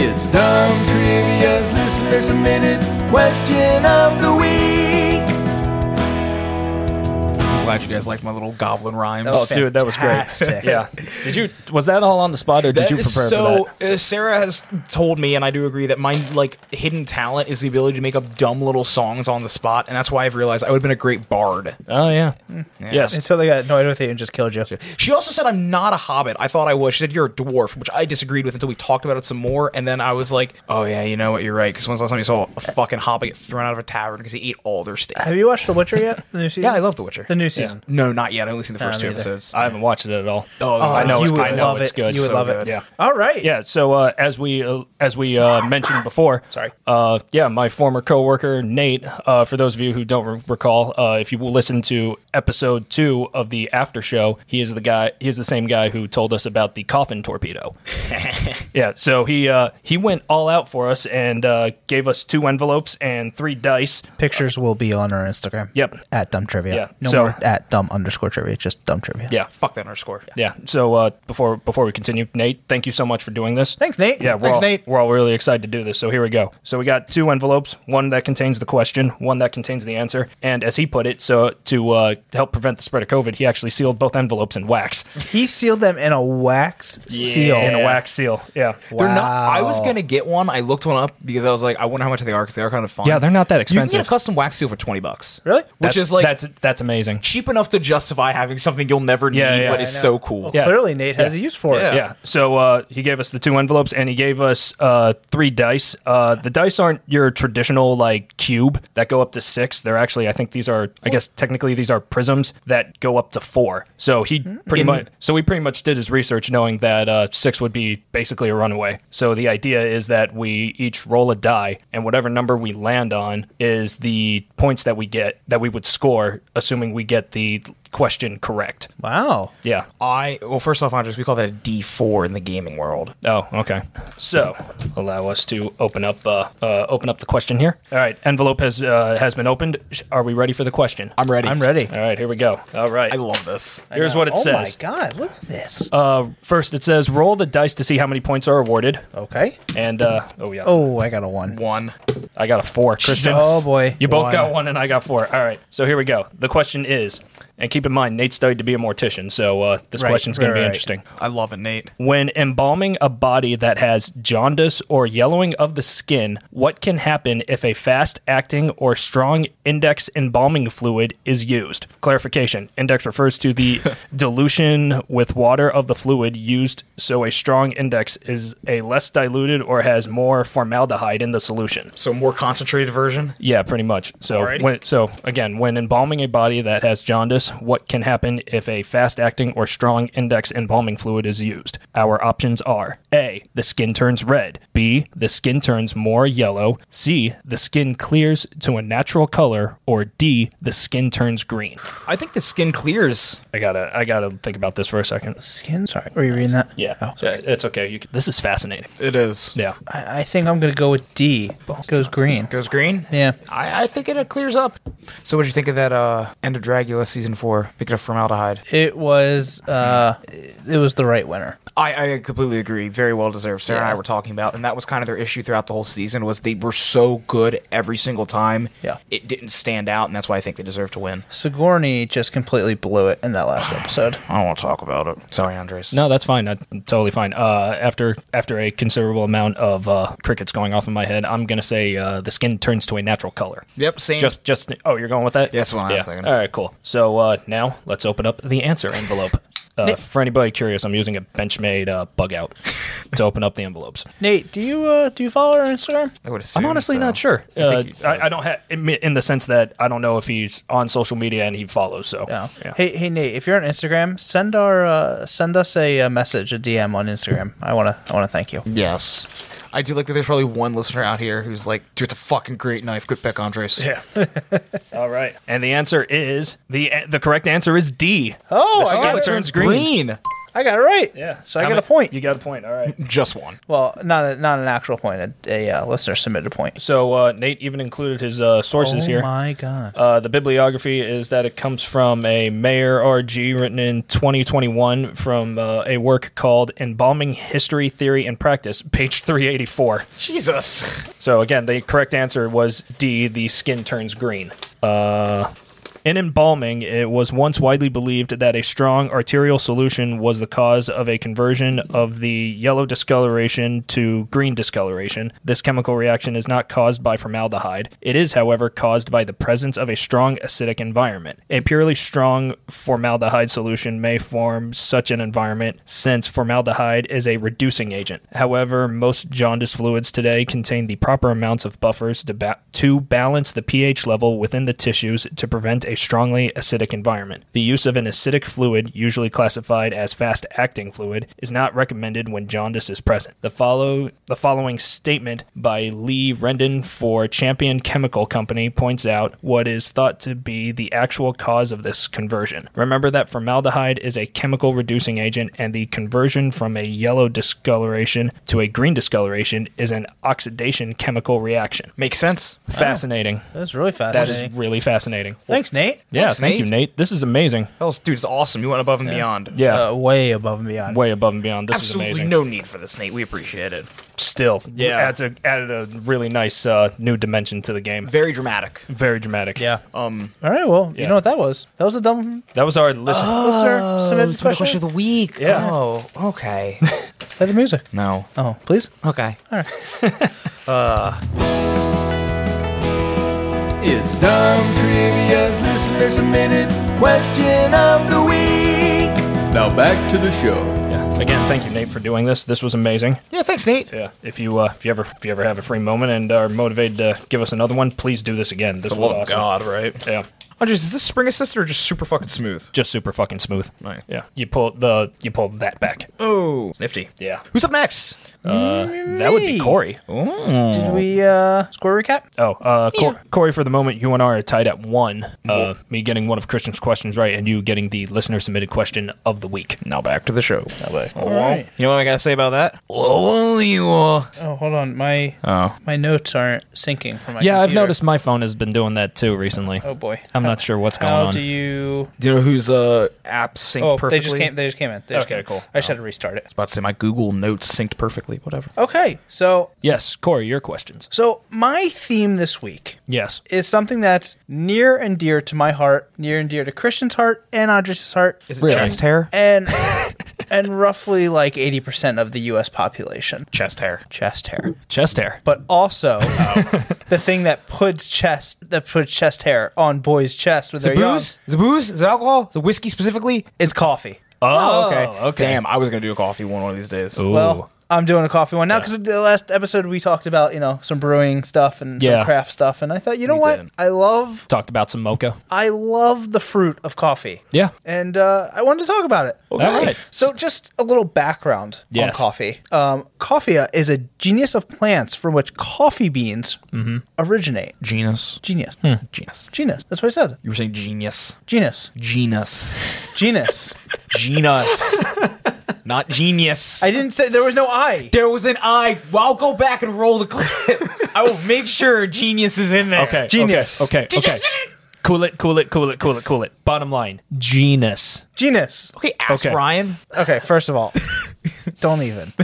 Speaker 7: It's Dumb Trivia's listener submitted question of the week.
Speaker 4: I'm glad you guys liked my little goblin rhymes.
Speaker 1: Oh, dude, that was great.
Speaker 2: Fantastic. [laughs]
Speaker 1: yeah. Uh, Did you was that all on the spot, or did
Speaker 4: That
Speaker 1: you
Speaker 4: is
Speaker 1: prepare
Speaker 4: so,
Speaker 1: for that?
Speaker 4: Uh, Sarah has told me, and I do agree that my like hidden talent is the ability to make up dumb little songs on the spot, and that's why I've realized I would have been a great bard.
Speaker 1: Oh yeah. Yes.
Speaker 2: And so they got annoyed with you and just killed you.
Speaker 4: She also said, I'm not a hobbit. I thought I was. She said, You're a dwarf, which I disagreed with until we talked about it some more. And then I was like, Oh, yeah, you know what? You're right. Because when's the last time you saw a fucking hobbit get thrown out of a tavern because he ate all their steak?
Speaker 2: Have you watched The Witcher yet? The new season?
Speaker 4: Yeah, I love The Witcher.
Speaker 2: The new season.
Speaker 4: no, not yet. I only seen the first
Speaker 2: me
Speaker 4: two
Speaker 2: either.
Speaker 4: episodes.
Speaker 1: I haven't watched it at all.
Speaker 4: Oh,
Speaker 1: I know.
Speaker 2: you
Speaker 1: it's,
Speaker 2: would
Speaker 1: I know
Speaker 2: love
Speaker 1: it's
Speaker 2: it.
Speaker 1: good.
Speaker 2: You would
Speaker 1: So
Speaker 2: love
Speaker 1: good.
Speaker 2: it.
Speaker 1: Yeah.
Speaker 2: All right.
Speaker 1: Yeah. So uh, as we uh, as we uh, mentioned before,
Speaker 2: Sorry.
Speaker 1: Uh, yeah, my former coworker Nate. Uh, for those of you who don't re- recall, uh, if you will listen to episode two of the after show, he is the guy. He is the same guy who told us about the
Speaker 2: [laughs]
Speaker 1: coffin torpedo. yeah. So he uh, he went all out for us and uh, gave us two envelopes and three dice.
Speaker 2: Pictures will be on our Instagram.
Speaker 1: Yep.
Speaker 2: At dumb trivia.
Speaker 1: Yeah,
Speaker 2: No
Speaker 1: so-
Speaker 2: more at dumb underscore trivia. Just dumb trivia.
Speaker 1: Yeah.
Speaker 4: Fuck that underscore.
Speaker 1: Yeah. So uh, before before we continue, Nate, thank you so much for doing this.
Speaker 2: Thanks, Nate.
Speaker 1: Yeah, we're
Speaker 4: Thanks,
Speaker 1: all,
Speaker 4: Nate.
Speaker 1: We're all really excited to do this. So here we go. So we got two envelopes, one that contains the question, one that contains the answer. And as he put it, so to uh, help prevent the spread of COVID, he actually sealed both envelopes in wax.
Speaker 2: He sealed them in a wax seal.
Speaker 1: in a wax seal. Yeah.
Speaker 4: They're not. I was
Speaker 2: Wow.
Speaker 4: going to get one. I looked one up because I was like, I wonder how much they are because they are kind of fun.
Speaker 1: Yeah, they're not that
Speaker 4: You can
Speaker 1: expensive.
Speaker 4: get a custom wax seal for 20 bucks.
Speaker 2: Really?
Speaker 4: Which
Speaker 1: That's-
Speaker 4: is like
Speaker 1: that's that's amazing.
Speaker 4: cheap enough to justify having something you'll never need,
Speaker 1: Yeah, yeah,
Speaker 4: but
Speaker 1: I
Speaker 4: is
Speaker 2: know.
Speaker 4: so cool.
Speaker 2: Well,
Speaker 1: Yeah.
Speaker 2: Clearly, Nate has a use for it.
Speaker 4: Yeah.
Speaker 1: yeah. So uh, he gave us the two envelopes and he gave us uh, three dice. Uh, the dice aren't your traditional like cube that go up to six. They're actually, I think these are, I guess technically these are prisms that go up to four. So he pretty much, so he pretty much did his research knowing that uh, six would be basically a runaway. So the idea is that we each roll a die and whatever number we land on is the points that we get that we would score, assuming we get the question correct.
Speaker 2: Wow.
Speaker 1: Yeah.
Speaker 4: I well, first off, Andres, we call that a D four in the gaming world.
Speaker 1: Oh, okay. So allow us to open up uh, uh, open up the question here. All right, envelope has uh, has been opened. Sh- Are we ready for the question?
Speaker 4: I'm ready.
Speaker 2: I'm ready.
Speaker 1: All right, here we go. All right,
Speaker 4: I love this.
Speaker 1: here's what it
Speaker 2: oh
Speaker 1: says.
Speaker 2: my God. Look at this.
Speaker 1: Uh, first, it says roll the dice to see how many points are awarded.
Speaker 2: okay.
Speaker 1: And uh, oh yeah,
Speaker 2: Oh, I got a one.
Speaker 4: One.
Speaker 1: I got a four. Kristen,
Speaker 2: Oh, boy.
Speaker 1: you both
Speaker 2: One.
Speaker 1: got one, and I got four. All right, so here we go. The question is, and keep in mind, Nate studied to be a mortician, so uh, this
Speaker 2: Right,
Speaker 1: question's going
Speaker 2: right,
Speaker 1: to be
Speaker 2: right.
Speaker 1: interesting.
Speaker 3: I love it, Nate.
Speaker 1: When embalming a body that has jaundice or yellowing of the skin, what can happen if a fast acting or strong index embalming fluid is used? Clarification Index refers to the dilution with water of the fluid used, so a strong index is a less diluted or has more formaldehyde in the solution.
Speaker 3: So more concentrated version.
Speaker 1: Yeah, pretty much. So, when, so again, when embalming a body that has jaundice, what can happen if a fast-acting or strong index embalming fluid is used? Our options are: A. The skin turns red. B. The skin turns more yellow. C. The skin clears to a natural color. Or D. The skin turns green.
Speaker 3: I think the skin clears.
Speaker 1: I gotta, I gotta think about this for a second.
Speaker 2: Skin? Sorry. Were you reading that?
Speaker 1: Yeah,
Speaker 2: Oh.
Speaker 1: So it's okay. You can, this is fascinating.
Speaker 3: It is.
Speaker 1: Yeah.
Speaker 2: I, I think I'm going to go with D. Goes green.
Speaker 3: Goes green.
Speaker 2: Yeah.
Speaker 3: I, I think it uh, clears up. So what'd you think of that uh, End of Dragula season four? Picking up formaldehyde.
Speaker 2: It was uh, it was the right winner.
Speaker 3: I, I completely agree. Very well deserved. Sarah and I were talking about, and that was kind of their issue throughout the whole season was they were so good every single time.
Speaker 2: Yeah.
Speaker 3: it didn't stand out, and that's why I think they deserve to win.
Speaker 2: Sigourney just completely blew it in that
Speaker 1: [sighs]
Speaker 2: last episode.
Speaker 3: I don't want to talk about it. Sorry, Andres.
Speaker 1: No, that's fine. That's totally fine. Uh, after after a considerable amount of uh, crickets going off in my head, I'm gonna say uh, the skin turns to a natural color.
Speaker 3: Yep. Same.
Speaker 1: Just just oh, you're going with that?
Speaker 3: Yes, one I was thinking.
Speaker 1: All right, cool. So uh, now let's open up the answer envelope. Uh, for anybody curious, I'm using a Benchmade uh, bug out to open up the envelopes.
Speaker 2: Nate, do you uh, do you follow her on Instagram?
Speaker 3: I would assume
Speaker 1: I'm honestly
Speaker 3: so.
Speaker 1: not sure. Uh, I, I don't have in the sense that I don't know if he's on social media and he follows. So
Speaker 2: No.
Speaker 1: yeah.
Speaker 2: Hey, hey, Nate, if you're on Instagram, send our uh, send us a, uh message, a DM on Instagram. I wanna I wanna thank you.
Speaker 3: Yes. I do like that there's probably one listener out here who's like, dude, it's a fucking great knife. Good back, Andres. Yeah.
Speaker 1: All right, and the answer is the the correct answer is D.
Speaker 2: Oh,
Speaker 1: the
Speaker 2: I
Speaker 1: skin
Speaker 2: got, it.
Speaker 1: turns green.
Speaker 2: I got it right.
Speaker 1: Yeah.
Speaker 2: so I
Speaker 1: How
Speaker 2: got
Speaker 1: many-
Speaker 2: a point.
Speaker 1: You got a point. All right.
Speaker 3: Just one.
Speaker 2: Well, not a, not an actual point. A, a uh, listener submitted a point.
Speaker 1: So uh, Nate even included his uh, sources
Speaker 2: oh
Speaker 1: here.
Speaker 2: my god!
Speaker 1: Uh, the bibliography is that it comes from a Mayer RG written in 2021 from uh, a work called Embalming History, Theory, and Practice, page 384.
Speaker 3: Jesus.
Speaker 1: So, again, the correct answer was D, the skin turns green. Uh, in embalming, it was once widely believed that a strong arterial solution was the cause of a conversion of the yellow discoloration to green discoloration. This chemical reaction is not caused by formaldehyde. It is, however, caused by the presence of a strong acidic environment. A purely strong formaldehyde solution may form such an environment since formaldehyde is a reducing agent. However, most jaundice fluids today contain the proper amounts of buffers to, ba- to balance the pH level within the tissues to prevent a strongly acidic environment. The use of an acidic fluid, usually classified as fast acting fluid, is not recommended when jaundice is present. The follow the following statement by Lee Rendon for Champion Chemical Company points out what is thought to be the actual cause of this conversion. Remember that formaldehyde is a chemical reducing agent and the conversion from a yellow discoloration to a green discoloration is an oxidation chemical reaction.
Speaker 3: Makes sense.
Speaker 1: Fascinating.
Speaker 2: That's really
Speaker 1: That
Speaker 2: fascinating.
Speaker 1: is really fascinating.
Speaker 2: Thanks, Nate.
Speaker 1: Yeah,
Speaker 3: Thanks,
Speaker 1: thank
Speaker 3: Nate.
Speaker 1: you, Nate. This is amazing.
Speaker 3: That was, dude, it's awesome. You went above and beyond.
Speaker 1: Yeah,
Speaker 2: Uh, way above and beyond.
Speaker 1: way above and beyond. This is
Speaker 3: Absolutely
Speaker 1: amazing.
Speaker 3: no need for this, Nate. We appreciate it.
Speaker 1: Still,
Speaker 3: Yeah.
Speaker 1: adds a, added a really nice uh, new dimension to the game.
Speaker 3: Very dramatic.
Speaker 1: Very dramatic.
Speaker 2: Yeah. Um. All right. Well, you
Speaker 1: yeah.
Speaker 2: know what that was? That was a dumb
Speaker 1: that was our listen.
Speaker 3: Oh.
Speaker 2: listener
Speaker 1: Oh,
Speaker 2: submitted
Speaker 4: Question,
Speaker 2: question.
Speaker 4: question of the week.
Speaker 1: Yeah.
Speaker 4: Oh, okay.
Speaker 2: Play the music.
Speaker 3: No.
Speaker 2: Oh, please.
Speaker 4: [laughs] okay.
Speaker 7: It's Dumb Trivia's listener submitted question of the week. Now back to the show.
Speaker 1: Yeah. Again, thank you, Nate, for doing this. This was amazing.
Speaker 3: Yeah, thanks, Nate.
Speaker 1: Yeah. If you uh, if you ever if you ever have a free moment and are motivated to give us another one, please do this again. This was awesome.
Speaker 3: Oh right?
Speaker 1: Yeah.
Speaker 3: Andres, is this spring assist or just super fucking smooth?
Speaker 1: Just super fucking smooth.
Speaker 3: Right.
Speaker 1: Yeah. You pull the you pull that back.
Speaker 3: Oh. Nifty.
Speaker 1: Yeah.
Speaker 3: Who's up next?
Speaker 1: Uh, that would be Corey.
Speaker 2: Did we uh, score recap?
Speaker 1: Oh, uh, Cor- Corey, for the moment, you and I are tied at one. Uh, me getting one of Christian's questions right, and you getting the listener submitted question of the week.
Speaker 3: Now back to the show.
Speaker 1: Oh.
Speaker 2: All right.
Speaker 3: You know what I gotta say about that? Well, you are.
Speaker 2: Oh, hold on. My
Speaker 3: Oh.
Speaker 2: my notes aren't syncing from my
Speaker 1: Uh. Yeah, I've
Speaker 2: computer.
Speaker 1: noticed my phone has been doing that too recently.
Speaker 2: Oh boy.
Speaker 1: I'm not sure what's going
Speaker 2: How
Speaker 1: on.
Speaker 2: do you?
Speaker 4: Do you know whose uh, app synced
Speaker 2: Oh,
Speaker 4: perfectly?
Speaker 2: they just came. They just came in. They just
Speaker 1: Okay,
Speaker 2: came in.
Speaker 1: cool.
Speaker 2: I just had to restart it.
Speaker 4: About to say my Google Notes synced perfectly. Whatever.
Speaker 2: Okay, so
Speaker 1: yes, Corey, your questions.
Speaker 2: so my theme this week
Speaker 1: Yes.
Speaker 2: is something that's near and dear to my heart, near and dear to Christian's heart and Andres' heart,
Speaker 1: Really?
Speaker 4: Chest hair.
Speaker 2: and and roughly like eighty percent of the U.S. population.
Speaker 4: Chest hair.
Speaker 2: Chest hair.
Speaker 1: Chest hair.
Speaker 2: but also the thing that puts chest that puts chest hair on boys' chest when
Speaker 4: Is
Speaker 2: they're
Speaker 4: it
Speaker 2: young.
Speaker 4: booze? Is it booze? Is it alcohol? Is it whiskey specifically?
Speaker 2: It's coffee.
Speaker 1: Oh,
Speaker 4: Damn, I was gonna do a coffee one one of these days.
Speaker 1: Ooh.
Speaker 2: Well, I'm doing a coffee one now because the last episode we talked about you know some brewing stuff and
Speaker 1: Yeah.
Speaker 2: some craft stuff, and I thought you know
Speaker 4: We
Speaker 2: what
Speaker 4: did.
Speaker 2: I love
Speaker 1: Talked about some mocha.
Speaker 2: I love the fruit of coffee.
Speaker 1: Yeah.
Speaker 2: And uh, I wanted to talk about it.
Speaker 1: Okay. All right.
Speaker 2: So, just a little background
Speaker 1: Yes.
Speaker 2: on coffee. Um, coffea is a genus of plants from which coffee beans
Speaker 1: Mm-hmm.
Speaker 2: originate.
Speaker 4: Genus.
Speaker 2: Genius.
Speaker 1: Hmm.
Speaker 4: Genus.
Speaker 2: Genius. That's what I said.
Speaker 4: You were saying genius.
Speaker 2: Genus.
Speaker 4: Genus.
Speaker 1: [laughs]
Speaker 2: Genus.
Speaker 4: Genus. Not genius.
Speaker 2: I didn't say there was no I.
Speaker 4: there was an I. Well, I'll go back and roll the clip. I will make sure genius is in there.
Speaker 1: Okay.
Speaker 2: Genius.
Speaker 1: Okay. Okay. okay. Cool it, cool it, cool it, cool it, cool it. Bottom line, genus.
Speaker 2: Genus.
Speaker 4: Okay, ask
Speaker 1: Okay.
Speaker 4: Ryan.
Speaker 2: Okay, first of
Speaker 1: [laughs]
Speaker 2: all, don't even.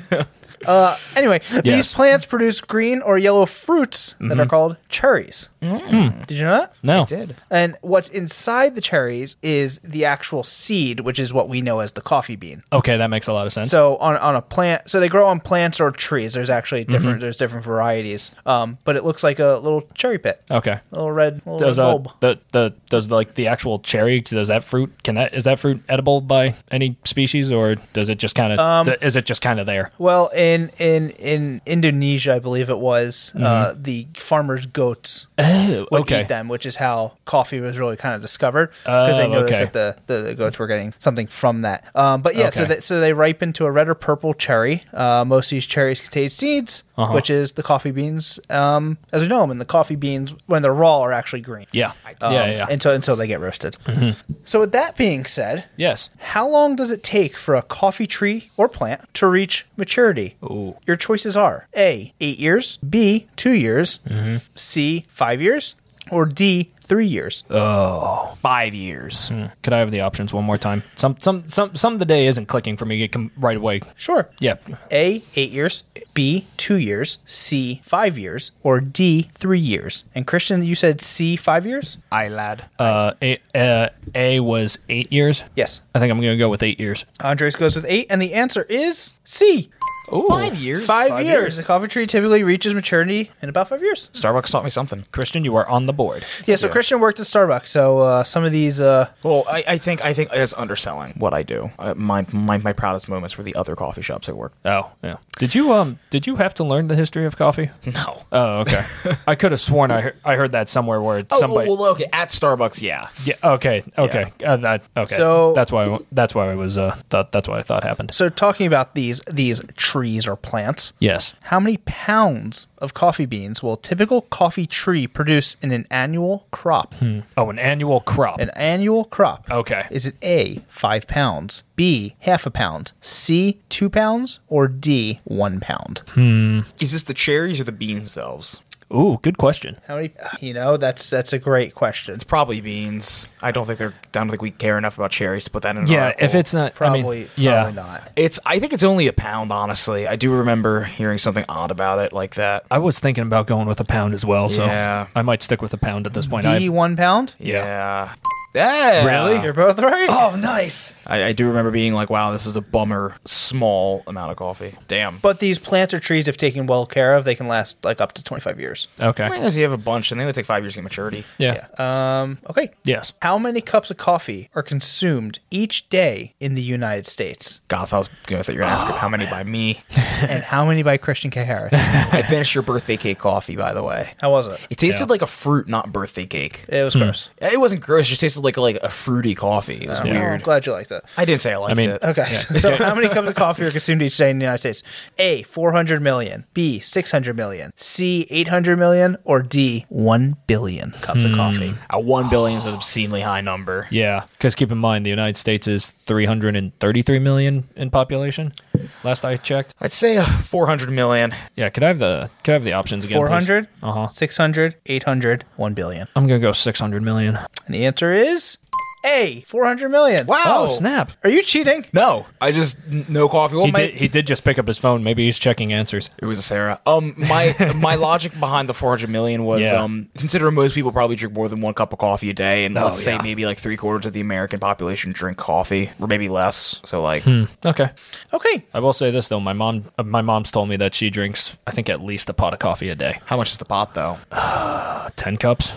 Speaker 2: Uh, anyway,
Speaker 1: Yes.
Speaker 2: these plants produce green or yellow fruits that are called cherries. Did you know that?
Speaker 1: Mm-hmm. Hmm. No.
Speaker 2: And what's inside the cherries is the actual seed, which is what we know as the coffee bean.
Speaker 1: Okay, that makes a lot of sense.
Speaker 2: So on on a plant, so they grow on plants or trees. There's
Speaker 1: Mm-hmm.
Speaker 2: actually different. There's different varieties. Um, but it looks like a little cherry pit,
Speaker 1: okay.
Speaker 2: a little red, little
Speaker 1: Does
Speaker 2: red
Speaker 1: uh,
Speaker 2: bulb.
Speaker 1: the the does like the actual cherry? Does that fruit can that is that fruit edible by any species or does it just kind of
Speaker 2: Um,
Speaker 1: is it just kind of there?
Speaker 2: Well, in in in Indonesia, I believe it was
Speaker 1: Mm-hmm.
Speaker 2: uh, the farmers' goats
Speaker 1: Oh,
Speaker 2: would
Speaker 1: okay.
Speaker 2: eat them, which is how coffee was really kind of discovered because they
Speaker 1: Oh,
Speaker 2: noticed
Speaker 1: okay.
Speaker 2: that the, the, the goats were getting something from that. Um, but yeah, so
Speaker 1: Okay.
Speaker 2: they, so they ripen to a red or purple cherry. Uh, most of these cherries contain seeds,
Speaker 1: Uh-huh.
Speaker 2: which is the coffee beans um, as we know them. And the coffee beans, when they're raw, are actually green.
Speaker 1: Yeah.
Speaker 2: Um,
Speaker 1: yeah. Yeah. Mm-hmm.
Speaker 2: Until until they get roasted. So with that being said,
Speaker 1: yes.
Speaker 2: how long does it take for a coffee tree or plant to reach maturity? Your choices are A, eight years, B, two years, C, five years, or D, three years. Oh.
Speaker 4: Five years.
Speaker 2: Mm.
Speaker 1: Could I have the options one more time? Some some some some of the day isn't clicking for me. It can right away.
Speaker 2: Sure.
Speaker 1: Yeah.
Speaker 2: A, eight years, B, two years, C, five years, or D, three years. And Christian, you said C, five years?
Speaker 4: I lad.
Speaker 1: Uh, a, uh, a was eight years.
Speaker 2: Yes.
Speaker 1: I think I'm gonna go with eight years.
Speaker 2: Andres goes with eight, and the answer is C.
Speaker 4: Five years.
Speaker 2: Five, years. The coffee tree typically reaches maturity in about five years.
Speaker 4: Starbucks taught me something.
Speaker 1: Christian, you are on the board.
Speaker 2: Yeah, so Christian worked at Starbucks, so uh, some of these uh,
Speaker 4: Well, I, I think I think it's underselling what I do. Uh, my, my my proudest moments were the other coffee shops I worked.
Speaker 1: Oh, yeah. Did you um did you have to learn the history
Speaker 2: [laughs]
Speaker 1: of coffee?
Speaker 4: No.
Speaker 1: Oh, okay. I could have sworn I heard, I heard that somewhere where
Speaker 4: Oh,
Speaker 1: somebody
Speaker 4: well, okay. At Starbucks, yeah.
Speaker 1: Yeah, okay. Okay. Uh, that okay.
Speaker 2: So-
Speaker 1: that's why I, that's why I was uh thought that's what I thought happened.
Speaker 2: So talking about these these trees or plants,
Speaker 1: Yes.
Speaker 2: how many pounds of coffee beans will a typical coffee tree produce in an annual crop?
Speaker 1: Oh, an annual crop.
Speaker 2: An annual crop.
Speaker 1: Okay.
Speaker 2: Is it A, 5 pounds, B, half a pound, C, 2 pounds, or D, 1 pound?
Speaker 1: Hmm.
Speaker 4: Is this the cherries or the beans themselves?
Speaker 1: Ooh, good question.
Speaker 2: How many you know, that's that's a great question.
Speaker 4: It's probably beans. I don't think they're. I don't think we care enough about cherries to put that in. An
Speaker 1: Yeah,
Speaker 4: article.
Speaker 1: if it's not I mean,
Speaker 2: Probably
Speaker 1: yeah.
Speaker 2: probably not.
Speaker 4: it's. I think it's only a pound. Honestly, I do remember hearing something odd about it like that.
Speaker 1: I was thinking about going with a pound as well, so
Speaker 4: Yeah.
Speaker 1: I might stick with a pound at this point.
Speaker 2: D,
Speaker 1: I,
Speaker 2: 1 pound?
Speaker 4: Yeah. Yeah.
Speaker 2: You're both right. Oh, nice.
Speaker 4: I, I do remember being like, "Wow, this is a bummer small amount of coffee." Damn.
Speaker 2: But these plants or trees, if taken well care of, they can last like up to 25 years.
Speaker 1: okay.
Speaker 4: Because you have a bunch, and they would take five years to get maturity.
Speaker 1: Yeah.
Speaker 2: Um, okay.
Speaker 1: Yes.
Speaker 2: How many cups of coffee are consumed each day in the United States?
Speaker 4: Goth, I was going to think you were going to ask how
Speaker 1: Oh.
Speaker 4: many by me.
Speaker 2: and how many by Christian K. Harris?
Speaker 4: I finished your birthday cake coffee, by the way.
Speaker 2: How was it?
Speaker 4: [laughs] It tasted like a fruit, not birthday cake.
Speaker 2: It was gross.
Speaker 4: It wasn't gross; it just tasted
Speaker 8: tasted like like a fruity coffee. It was
Speaker 4: Hmm.
Speaker 2: Oh,
Speaker 8: weird.
Speaker 2: I'm glad you like that.
Speaker 4: I didn't say I liked
Speaker 1: mean-
Speaker 4: it.
Speaker 2: Okay. [laughs] So, how many cups of coffee are consumed each day in the United States? A, 400 million. B, 600 million. C, 800 million. Or D, 1 billion cups of coffee.
Speaker 4: Uh, One billion is an obscenely high number.
Speaker 1: Yeah, because keep in mind the United States is 333 million in population. Last I checked.
Speaker 4: I'd say uh, 400 million.
Speaker 1: Yeah, could I have the could I have the options again? please?
Speaker 2: 400,
Speaker 1: Uh-huh.
Speaker 2: 600, 800, 1 billion.
Speaker 1: I'm gonna go 600 million.
Speaker 2: And the answer is A, 400 million.
Speaker 4: Wow.
Speaker 1: Oh, snap!
Speaker 2: Are you cheating?
Speaker 4: No, I just n- no coffee. Well,
Speaker 1: He
Speaker 4: my,
Speaker 1: did, he did just pick up his phone. Maybe he's checking answers.
Speaker 4: It was a Sarah. Um,
Speaker 1: [laughs]
Speaker 4: my my logic behind the 400 million was
Speaker 1: Yeah.
Speaker 4: um, considering most people probably drink more than one cup of coffee a day, and let's
Speaker 1: Oh, yeah.
Speaker 4: say maybe like three quarters of the American population drink coffee, or maybe less. So like,
Speaker 1: Okay.
Speaker 2: Okay.
Speaker 1: I will say this though, my mom uh, my mom's told me that she drinks I think at least a pot of coffee a day.
Speaker 4: how much is the pot though?
Speaker 1: Uh, 10 cups.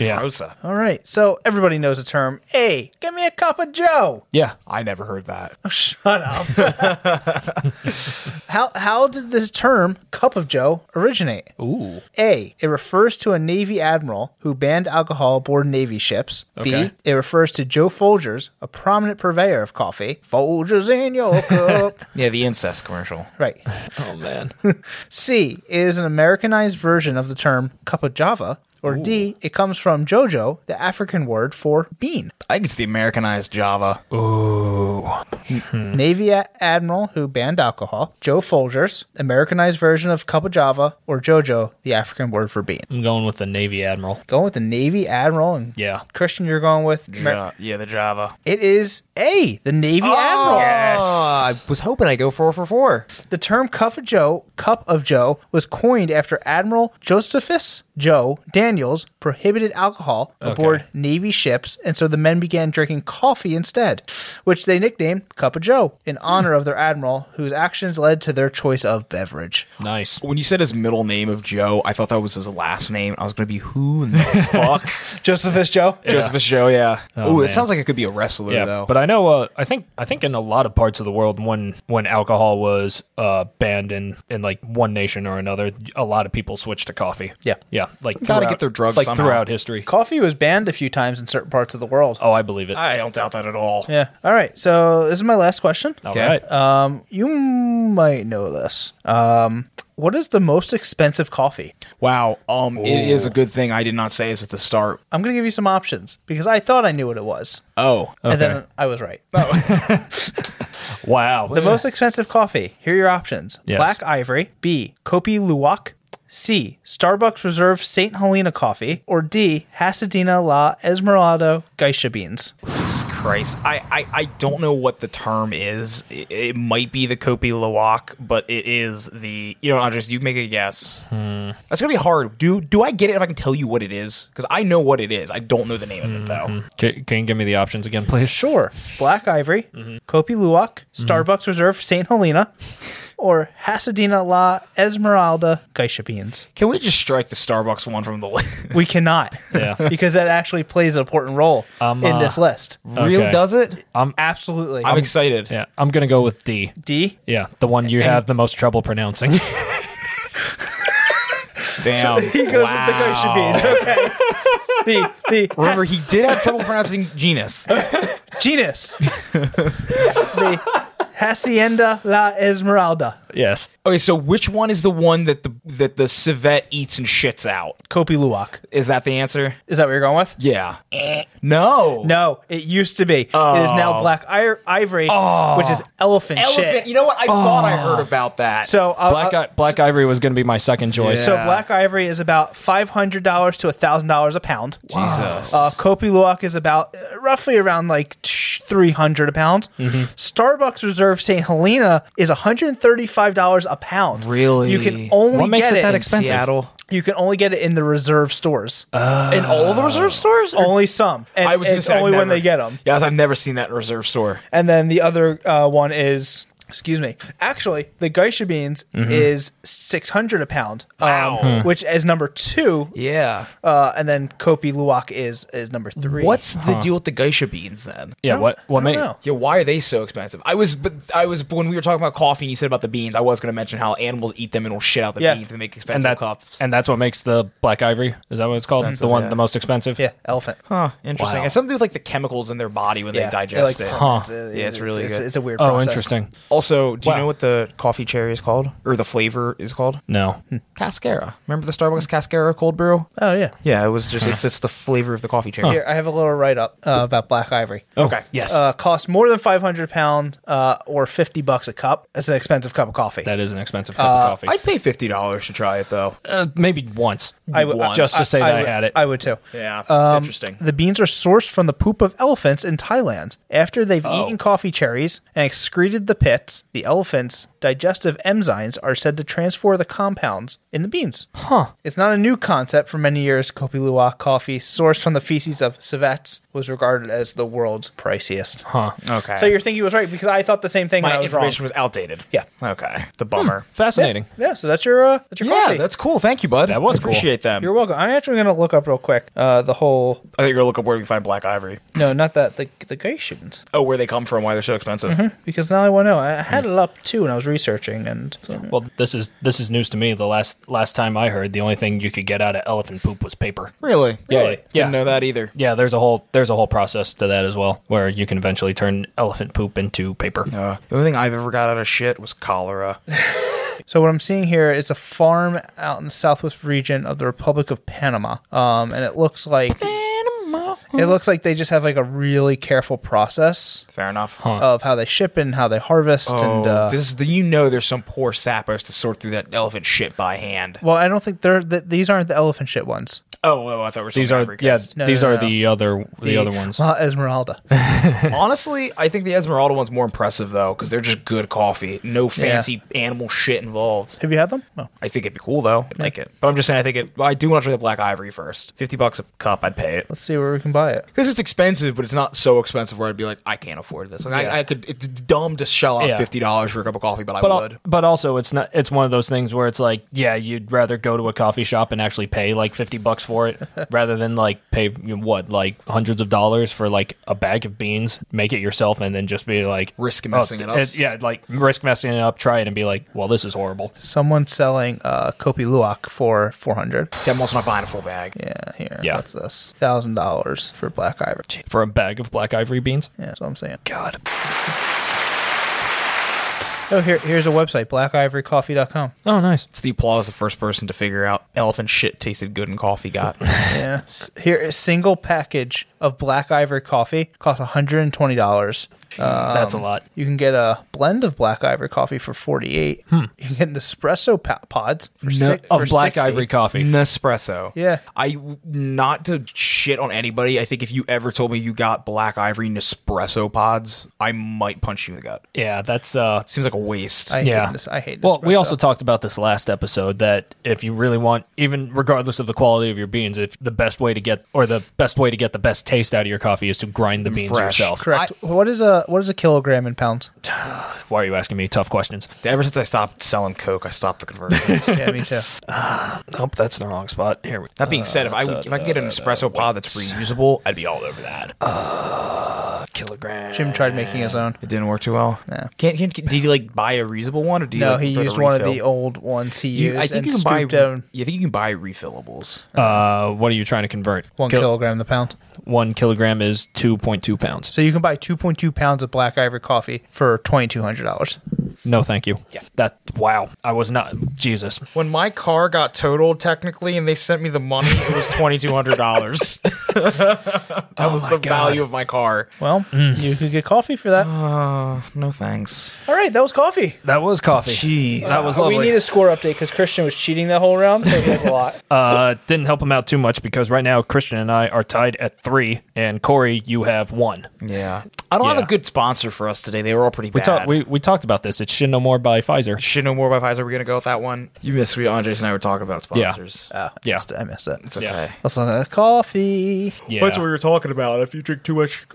Speaker 1: yeah.
Speaker 4: Rosa.
Speaker 2: All right. So, everybody knows the term A, give me a cup of Joe. [laughs] Oh,
Speaker 1: Yeah.
Speaker 4: I never heard that.
Speaker 2: Shut up. [laughs] how how did this term "cup of Joe" originate? Ooh. A. It refers to a Navy admiral who banned alcohol aboard Navy ships. B.
Speaker 1: Okay.
Speaker 2: It refers to Joe Folgers, a prominent purveyor of coffee. Folgers in your cup.
Speaker 4: Yeah, the incest commercial.
Speaker 2: right.
Speaker 1: [laughs] Oh man.
Speaker 2: [laughs] C is an Americanized version of the term "cup of Java." Or D. It comes from JoJo, the African word for bean.
Speaker 4: I think it's the Americanized Java.
Speaker 1: Mm-hmm.
Speaker 2: Navy a- admiral who banned alcohol, Joe Folgers, Americanized version of Cup of Java, or JoJo, the African word for bean.
Speaker 1: I'm going with the Navy Admiral.
Speaker 2: Going with the Navy admiral and
Speaker 1: Yeah.
Speaker 2: Christian, you're going with. Amer-
Speaker 4: Ja- yeah, the Java.
Speaker 2: It is A, the Navy
Speaker 1: Oh,
Speaker 2: admiral.
Speaker 4: Ah,
Speaker 8: I was hoping I go four for four.
Speaker 2: The term Cup of Joe, Cup of Joe, was coined after Admiral Josephus Joe Daniels prohibited alcohol aboard Navy ships, and so the men began drinking coffee instead, which they nicknamed Cup of Joe in honor of their admiral, whose actions led to their choice of beverage.
Speaker 1: Nice.
Speaker 4: When you said his middle name of Joe, I thought that was his last name. I was gonna be
Speaker 1: [laughs]
Speaker 4: who in the fuck?
Speaker 2: Josephus Joe.
Speaker 4: Josephus Joe, yeah.
Speaker 1: Oh,
Speaker 4: Oh, Ooh,
Speaker 1: man.
Speaker 4: it sounds like it could be a wrestler
Speaker 1: Yeah,
Speaker 4: though.
Speaker 1: but I know. Uh, I think I think in a lot of parts of the world, when when alcohol was uh, banned in in like one nation or another, a lot of people switched to coffee.
Speaker 2: Yeah.
Speaker 1: yeah, like
Speaker 4: Gotta
Speaker 1: throughout-
Speaker 4: get their drugs
Speaker 1: like
Speaker 4: somehow.
Speaker 1: throughout history.
Speaker 2: Coffee was banned a few times in certain parts of the world.
Speaker 1: Oh, I believe it.
Speaker 4: I don't doubt that at all.
Speaker 2: Yeah. All right. So this is my last question.
Speaker 1: All right,
Speaker 4: Uh,
Speaker 2: Um, you might know this. Um, what is the most expensive coffee?
Speaker 4: Wow. Um, it is a good thing I did not say this at the start.
Speaker 2: I'm going to give you some options because I thought I knew what it was.
Speaker 4: Oh,
Speaker 2: And then
Speaker 1: Okay.
Speaker 2: I was right.
Speaker 1: wow.
Speaker 2: The most expensive coffee. Here are your options
Speaker 1: Yes.
Speaker 2: Black Ivory, B. Kopi Luwak, C. Starbucks Reserve St. Helena coffee, or D. Hasadena La Esmeralda Geisha beans.
Speaker 4: Jesus Christ. I, I, I don't know what the term is. It, it might be the Kopi Luwak, but it is the. You know, Andres, you make a guess. That's going to be hard. Do do I get it if I can tell you what it is? Because I know what it is. I don't know the name of it, though.
Speaker 1: Ca- can you give me the options again, please?
Speaker 2: Sure. Black Ivory,
Speaker 1: Mm-hmm.
Speaker 2: Kopi Luwak, Starbucks Reserve St. Helena, or Hasadena La Esmeralda Geisha beans.
Speaker 4: Can we just strike the Starbucks one from the list?
Speaker 1: [laughs]
Speaker 2: We cannot.
Speaker 1: Yeah.
Speaker 2: Because that actually plays an important role
Speaker 1: Um,
Speaker 2: in
Speaker 1: uh,
Speaker 2: this list.
Speaker 1: Real does
Speaker 2: it?
Speaker 1: I'm-
Speaker 2: Absolutely.
Speaker 4: I'm excited.
Speaker 1: Yeah, I'm gonna go with D.
Speaker 2: D.
Speaker 1: Yeah, the one you have the most trouble pronouncing. [laughs]
Speaker 4: Damn.
Speaker 2: [laughs] [laughs] He goes with the Geisha beans. Okay. the
Speaker 4: [laughs]
Speaker 2: the [laughs]
Speaker 4: Remember, he did have trouble pronouncing genus.
Speaker 2: genus. the Hacienda La Esmeralda.
Speaker 1: yes.
Speaker 4: Okay, so which one is the one that the that the civet eats and shits out?
Speaker 2: Kopi Luwak.
Speaker 4: Is that the answer?
Speaker 2: Is that what you're going with?
Speaker 4: Yeah. No.
Speaker 2: No, it used to be. It is now black I- ivory, which is elephant,
Speaker 4: Oh. Elephant.
Speaker 2: shit.
Speaker 4: You know what? I thought I heard about that.
Speaker 2: So uh,
Speaker 1: Black
Speaker 2: uh,
Speaker 1: I- Black Ivory was gonna be my second choice.
Speaker 2: So black ivory is about five hundred dollars to thousand dollars a pound.
Speaker 4: Jesus.
Speaker 2: Uh, Kopi Luwak is about uh, roughly around like three hundred a pound.
Speaker 4: Mm-hmm.
Speaker 2: Starbucks Reserve St Helena is one hundred and thirty-five dollars a pound.
Speaker 8: Really?
Speaker 2: You can only
Speaker 1: What makes
Speaker 2: get
Speaker 1: it that
Speaker 2: in
Speaker 1: expensive?
Speaker 2: Seattle. You can only get it in the reserve stores.
Speaker 4: in all of the reserve stores?
Speaker 2: only some. And
Speaker 4: I was gonna
Speaker 2: it's
Speaker 4: say I've
Speaker 2: only when
Speaker 4: never-
Speaker 2: they get them.
Speaker 4: Yes, I've never seen that reserve store.
Speaker 2: And then the other uh, one is Excuse me. Actually, the geisha beans
Speaker 4: Mm-hmm.
Speaker 2: is 600 a pound, um, which is number two.
Speaker 4: Yeah.
Speaker 2: Uh, and then Kopi Luwak is is number three.
Speaker 4: What's the deal with the geisha beans then?
Speaker 1: Yeah, what what
Speaker 2: I
Speaker 1: made
Speaker 2: don't know.
Speaker 4: Yeah, why are they so expensive? I was, but I was when we were talking about coffee, and you said about the beans. I was going to mention how animals eat them and will shit out the
Speaker 2: Yeah.
Speaker 4: beans and make
Speaker 1: and
Speaker 4: expensive
Speaker 1: that
Speaker 4: cuffs.
Speaker 1: and that's what makes the black ivory. Is that what it's called? The one the most expensive.
Speaker 2: Yeah, elephant.
Speaker 4: huh, interesting.
Speaker 1: Wow.
Speaker 4: And something to do with like the chemicals in their body when
Speaker 2: Yeah,
Speaker 4: they digest
Speaker 2: like
Speaker 4: it.
Speaker 2: ferment.
Speaker 1: Huh.
Speaker 2: Uh,
Speaker 4: Yeah, it's really
Speaker 2: it's,
Speaker 4: good.
Speaker 2: it's a weird.
Speaker 1: Oh,
Speaker 2: process.
Speaker 1: interesting.
Speaker 4: Also, do
Speaker 1: Wow.
Speaker 4: you know what the coffee cherry is called, or the flavor is called?
Speaker 1: No.
Speaker 2: Hmm.
Speaker 4: Cascara. Remember the Starbucks Cascara cold brew?
Speaker 2: Oh yeah.
Speaker 4: Yeah, it was just it's it's the flavor of the coffee cherry.
Speaker 2: Here, I have a little write up
Speaker 1: Hmm.
Speaker 2: uh, about black ivory.
Speaker 1: Okay. Oh, Yes.
Speaker 2: Uh, costs more than 500 pound uh, or 50 bucks a cup. That's an expensive cup of coffee.
Speaker 1: that is an expensive cup
Speaker 2: uh,
Speaker 1: of coffee.
Speaker 4: I'd pay fifty dollars to try it though.
Speaker 1: uh, maybe once.
Speaker 2: I would- I-
Speaker 1: just to say that I,
Speaker 2: would-
Speaker 1: had it.
Speaker 2: I would too.
Speaker 4: Yeah, it's
Speaker 2: Um,
Speaker 4: interesting.
Speaker 2: The beans are sourced from the poop of elephants in Thailand. After they've eaten coffee cherries and excreted the pits, the elephants' digestive enzymes are said to transfer the compounds in the beans. Huh. It's not a new concept. For many years, Kopi Luwak coffee, sourced from the feces of civets, was regarded as the world's priciest.
Speaker 1: huh.
Speaker 4: Okay,
Speaker 2: So your thinking was right because I thought the same thing. and
Speaker 4: my
Speaker 2: I was wrong.
Speaker 4: information was outdated.
Speaker 2: Yeah.
Speaker 4: Okay, the bummer.
Speaker 1: Fascinating.
Speaker 2: Yeah, so that's your uh, that's your
Speaker 4: Yeah,
Speaker 2: coffee.
Speaker 4: that's cool. Thank you, bud.
Speaker 1: That was
Speaker 4: I appreciate them.
Speaker 2: You're welcome. I'm actually gonna look up real quick uh, the whole
Speaker 4: I think you're gonna look up where we can find black ivory.
Speaker 2: no, not that the the Gaetians
Speaker 4: Oh, where they come from, why they're so expensive.
Speaker 2: because now I want to know. I had it up too when I was researching and so,
Speaker 1: Well, this is this is news to me. The last last time I heard, the only thing you could get out of elephant poop was paper.
Speaker 4: Really?
Speaker 1: Really?
Speaker 4: Didn't
Speaker 1: Yeah.
Speaker 4: know that either.
Speaker 1: Yeah, there's a whole there's a whole process to that as well, where you can eventually turn elephant poop into paper.
Speaker 4: Uh, the only thing I've ever got out of shit was
Speaker 2: [laughs]
Speaker 4: cholera.
Speaker 2: so what I'm seeing here it's a farm out in the southwest region of the Republic of Panama, um, and it looks like it looks like they just have like a really careful process
Speaker 4: Fair enough.
Speaker 2: of how they ship and how they harvest
Speaker 4: Oh,
Speaker 2: and uh,
Speaker 4: this is the, you know there's some poor sappers to sort through that elephant shit by hand.
Speaker 2: well, I don't think they're th- these aren't the elephant shit ones.
Speaker 4: Oh, oh I thought we were
Speaker 1: These
Speaker 4: talking
Speaker 1: are
Speaker 4: Africa.
Speaker 1: yeah, [laughs]
Speaker 2: No,
Speaker 1: these
Speaker 2: no,
Speaker 1: are
Speaker 2: no.
Speaker 1: the other the, other ones.
Speaker 2: La [laughs] Esmeralda.
Speaker 4: Honestly, I think the Esmeralda one's more impressive though, because they're just good coffee. No fancy animal shit involved.
Speaker 2: have you had them? No.
Speaker 4: I think it'd be cool though. I'd like it, but I'm just saying. I think it. Well, I do want to try the black ivory first. Fifty bucks a cup, I'd pay it.
Speaker 2: Let's see where we can buy it.
Speaker 4: Because it's expensive, but it's not so expensive where I'd be like, I can't afford this. Like, I, I could. It's dumb to shell out
Speaker 1: Yeah.
Speaker 4: fifty dollars for a cup of coffee, but I
Speaker 1: but al-
Speaker 4: would.
Speaker 1: but also it's not it's one of those things where it's like yeah you'd rather go to a coffee shop and actually pay like 50 bucks for
Speaker 4: [laughs]
Speaker 1: it rather than like pay you know, what like hundreds of dollars for like a bag of beans make it yourself and then just be like
Speaker 4: Risk
Speaker 1: oh,
Speaker 4: messing it up.
Speaker 1: it's- yeah like risk messing it up try it and be like well this is horrible
Speaker 2: Someone selling uh, Kopi Luwak for four hundred.
Speaker 4: See, I'm also not buying a full bag.
Speaker 2: Yeah, here.
Speaker 1: Yeah.
Speaker 2: What's this? Thousand dollars for black ivory.
Speaker 1: for a bag of black ivory beans
Speaker 2: Yeah, that's what I'm saying. God. Oh, here, here's a website, blackivorycoffee.com.
Speaker 1: [laughs] oh nice
Speaker 4: It's the applause the first person to figure out elephant shit tasted good in coffee got.
Speaker 1: [laughs]
Speaker 2: Yeah. S- Here, a single package of black ivory coffee costs $120. Um,
Speaker 1: that's a lot
Speaker 2: You can get a blend of black ivory coffee for 48
Speaker 1: Hmm.
Speaker 2: You can get Nespresso pa- pods for, six,
Speaker 1: of
Speaker 2: for
Speaker 1: black
Speaker 2: 60.
Speaker 1: ivory coffee
Speaker 4: Nespresso.
Speaker 2: Yeah.
Speaker 4: I not to shit on anybody. I think if you ever told me you got black ivory Nespresso pods, I might punch you in the gut.
Speaker 1: yeah that's uh
Speaker 4: Seems like a waste.
Speaker 2: I
Speaker 1: yeah,
Speaker 2: Hate this, I hate
Speaker 1: Well, we
Speaker 2: Nespresso.
Speaker 1: also talked about this last episode that if you really want, even regardless of the quality of your beans, if the best way to get or the best way to get the best taste out of your coffee is to grind the beans
Speaker 4: fresh.
Speaker 1: yourself.
Speaker 2: Correct. what is a what is a kilogram in pounds?
Speaker 1: Why are you asking me tough questions?
Speaker 4: Ever since I stopped selling Coke, I stopped the conversions.
Speaker 2: [laughs] yeah, me
Speaker 1: [laughs]
Speaker 2: too.
Speaker 1: Nope, that's the wrong spot. Here we Uh,
Speaker 4: that being said, if I would- if I could get an espresso pod that's reusable, I'd be all over that.
Speaker 1: a kilogram.
Speaker 2: Jim tried making his own.
Speaker 4: It didn't work too well.
Speaker 2: Yeah.
Speaker 4: Can't, can't did you like buy a reusable one or do you?
Speaker 2: No,
Speaker 4: like,
Speaker 2: he
Speaker 4: throw it a
Speaker 2: used one of the
Speaker 4: uh, refill?
Speaker 2: old ones he used.
Speaker 4: You, I think
Speaker 2: and
Speaker 4: you can buy.
Speaker 2: scooped down
Speaker 4: You think you can buy refillables?
Speaker 1: Uh, what are you trying to convert?
Speaker 2: one
Speaker 1: Kil-
Speaker 2: kilogram the pound.
Speaker 1: One kilogram is two point two pounds.
Speaker 2: So you can buy 2.2 pounds of black ivory coffee for $2,200.
Speaker 1: No, thank you. Yeah. That wow. I was not Jesus.
Speaker 4: When my car got totaled, technically, and they sent me the money, it was twenty two hundred dollars.
Speaker 1: [laughs]
Speaker 4: that
Speaker 1: Oh
Speaker 4: was the value of my car.
Speaker 2: Well,
Speaker 1: Mm.
Speaker 2: you could get coffee for that.
Speaker 4: Uh, No thanks.
Speaker 2: All right, that was coffee.
Speaker 1: That was coffee.
Speaker 4: Jeez.
Speaker 1: That was
Speaker 2: We
Speaker 1: lovely.
Speaker 2: need a score update because Christian was cheating that whole round, so he has a lot.
Speaker 1: Uh, didn't help him out too much because right now Christian and I are tied at three, and Corey, you have one.
Speaker 4: Yeah, I don't have
Speaker 1: Yeah.
Speaker 4: a good sponsor for us today. They were all pretty
Speaker 1: We
Speaker 4: bad.
Speaker 1: talked. We, we talked about this. It It's Shin No More by Pfizer.
Speaker 4: Should know more about Pfizer. We're gonna go with that one. You missed. We Andres and I were talking about
Speaker 1: Yeah.
Speaker 4: sponsors.
Speaker 2: Oh, I
Speaker 1: Yeah.
Speaker 2: missed it. I missed it.
Speaker 4: It's okay.
Speaker 1: Yeah.
Speaker 2: Let's look at coffee.
Speaker 1: Yeah.
Speaker 4: That's what we were talking about. If you drink too much,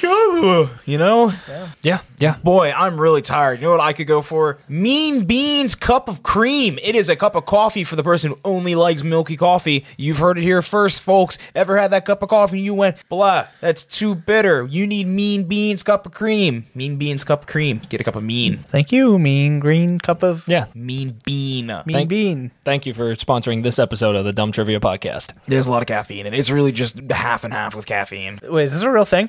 Speaker 4: you know.
Speaker 1: yeah. Yeah.
Speaker 4: Boy, I'm really tired. You know what I could go for? Mean Beans Cup of Cream. It is a cup of coffee for the person who only likes milky coffee. You've heard it here first, folks. Ever had that cup of coffee and you went, blah, that's too bitter. You need Mean Beans Cup of Cream. Mean Beans Cup of Cream. Get a cup of mean.
Speaker 2: Thank you, mean green cup of
Speaker 1: Yeah.
Speaker 4: Mean bean.
Speaker 2: mean
Speaker 1: Thank-
Speaker 2: bean.
Speaker 1: Thank you for sponsoring this episode of the Dumb Trivia Podcast.
Speaker 4: There's a lot of caffeine in it. It's really just half and half with caffeine.
Speaker 2: Wait, is this a real thing?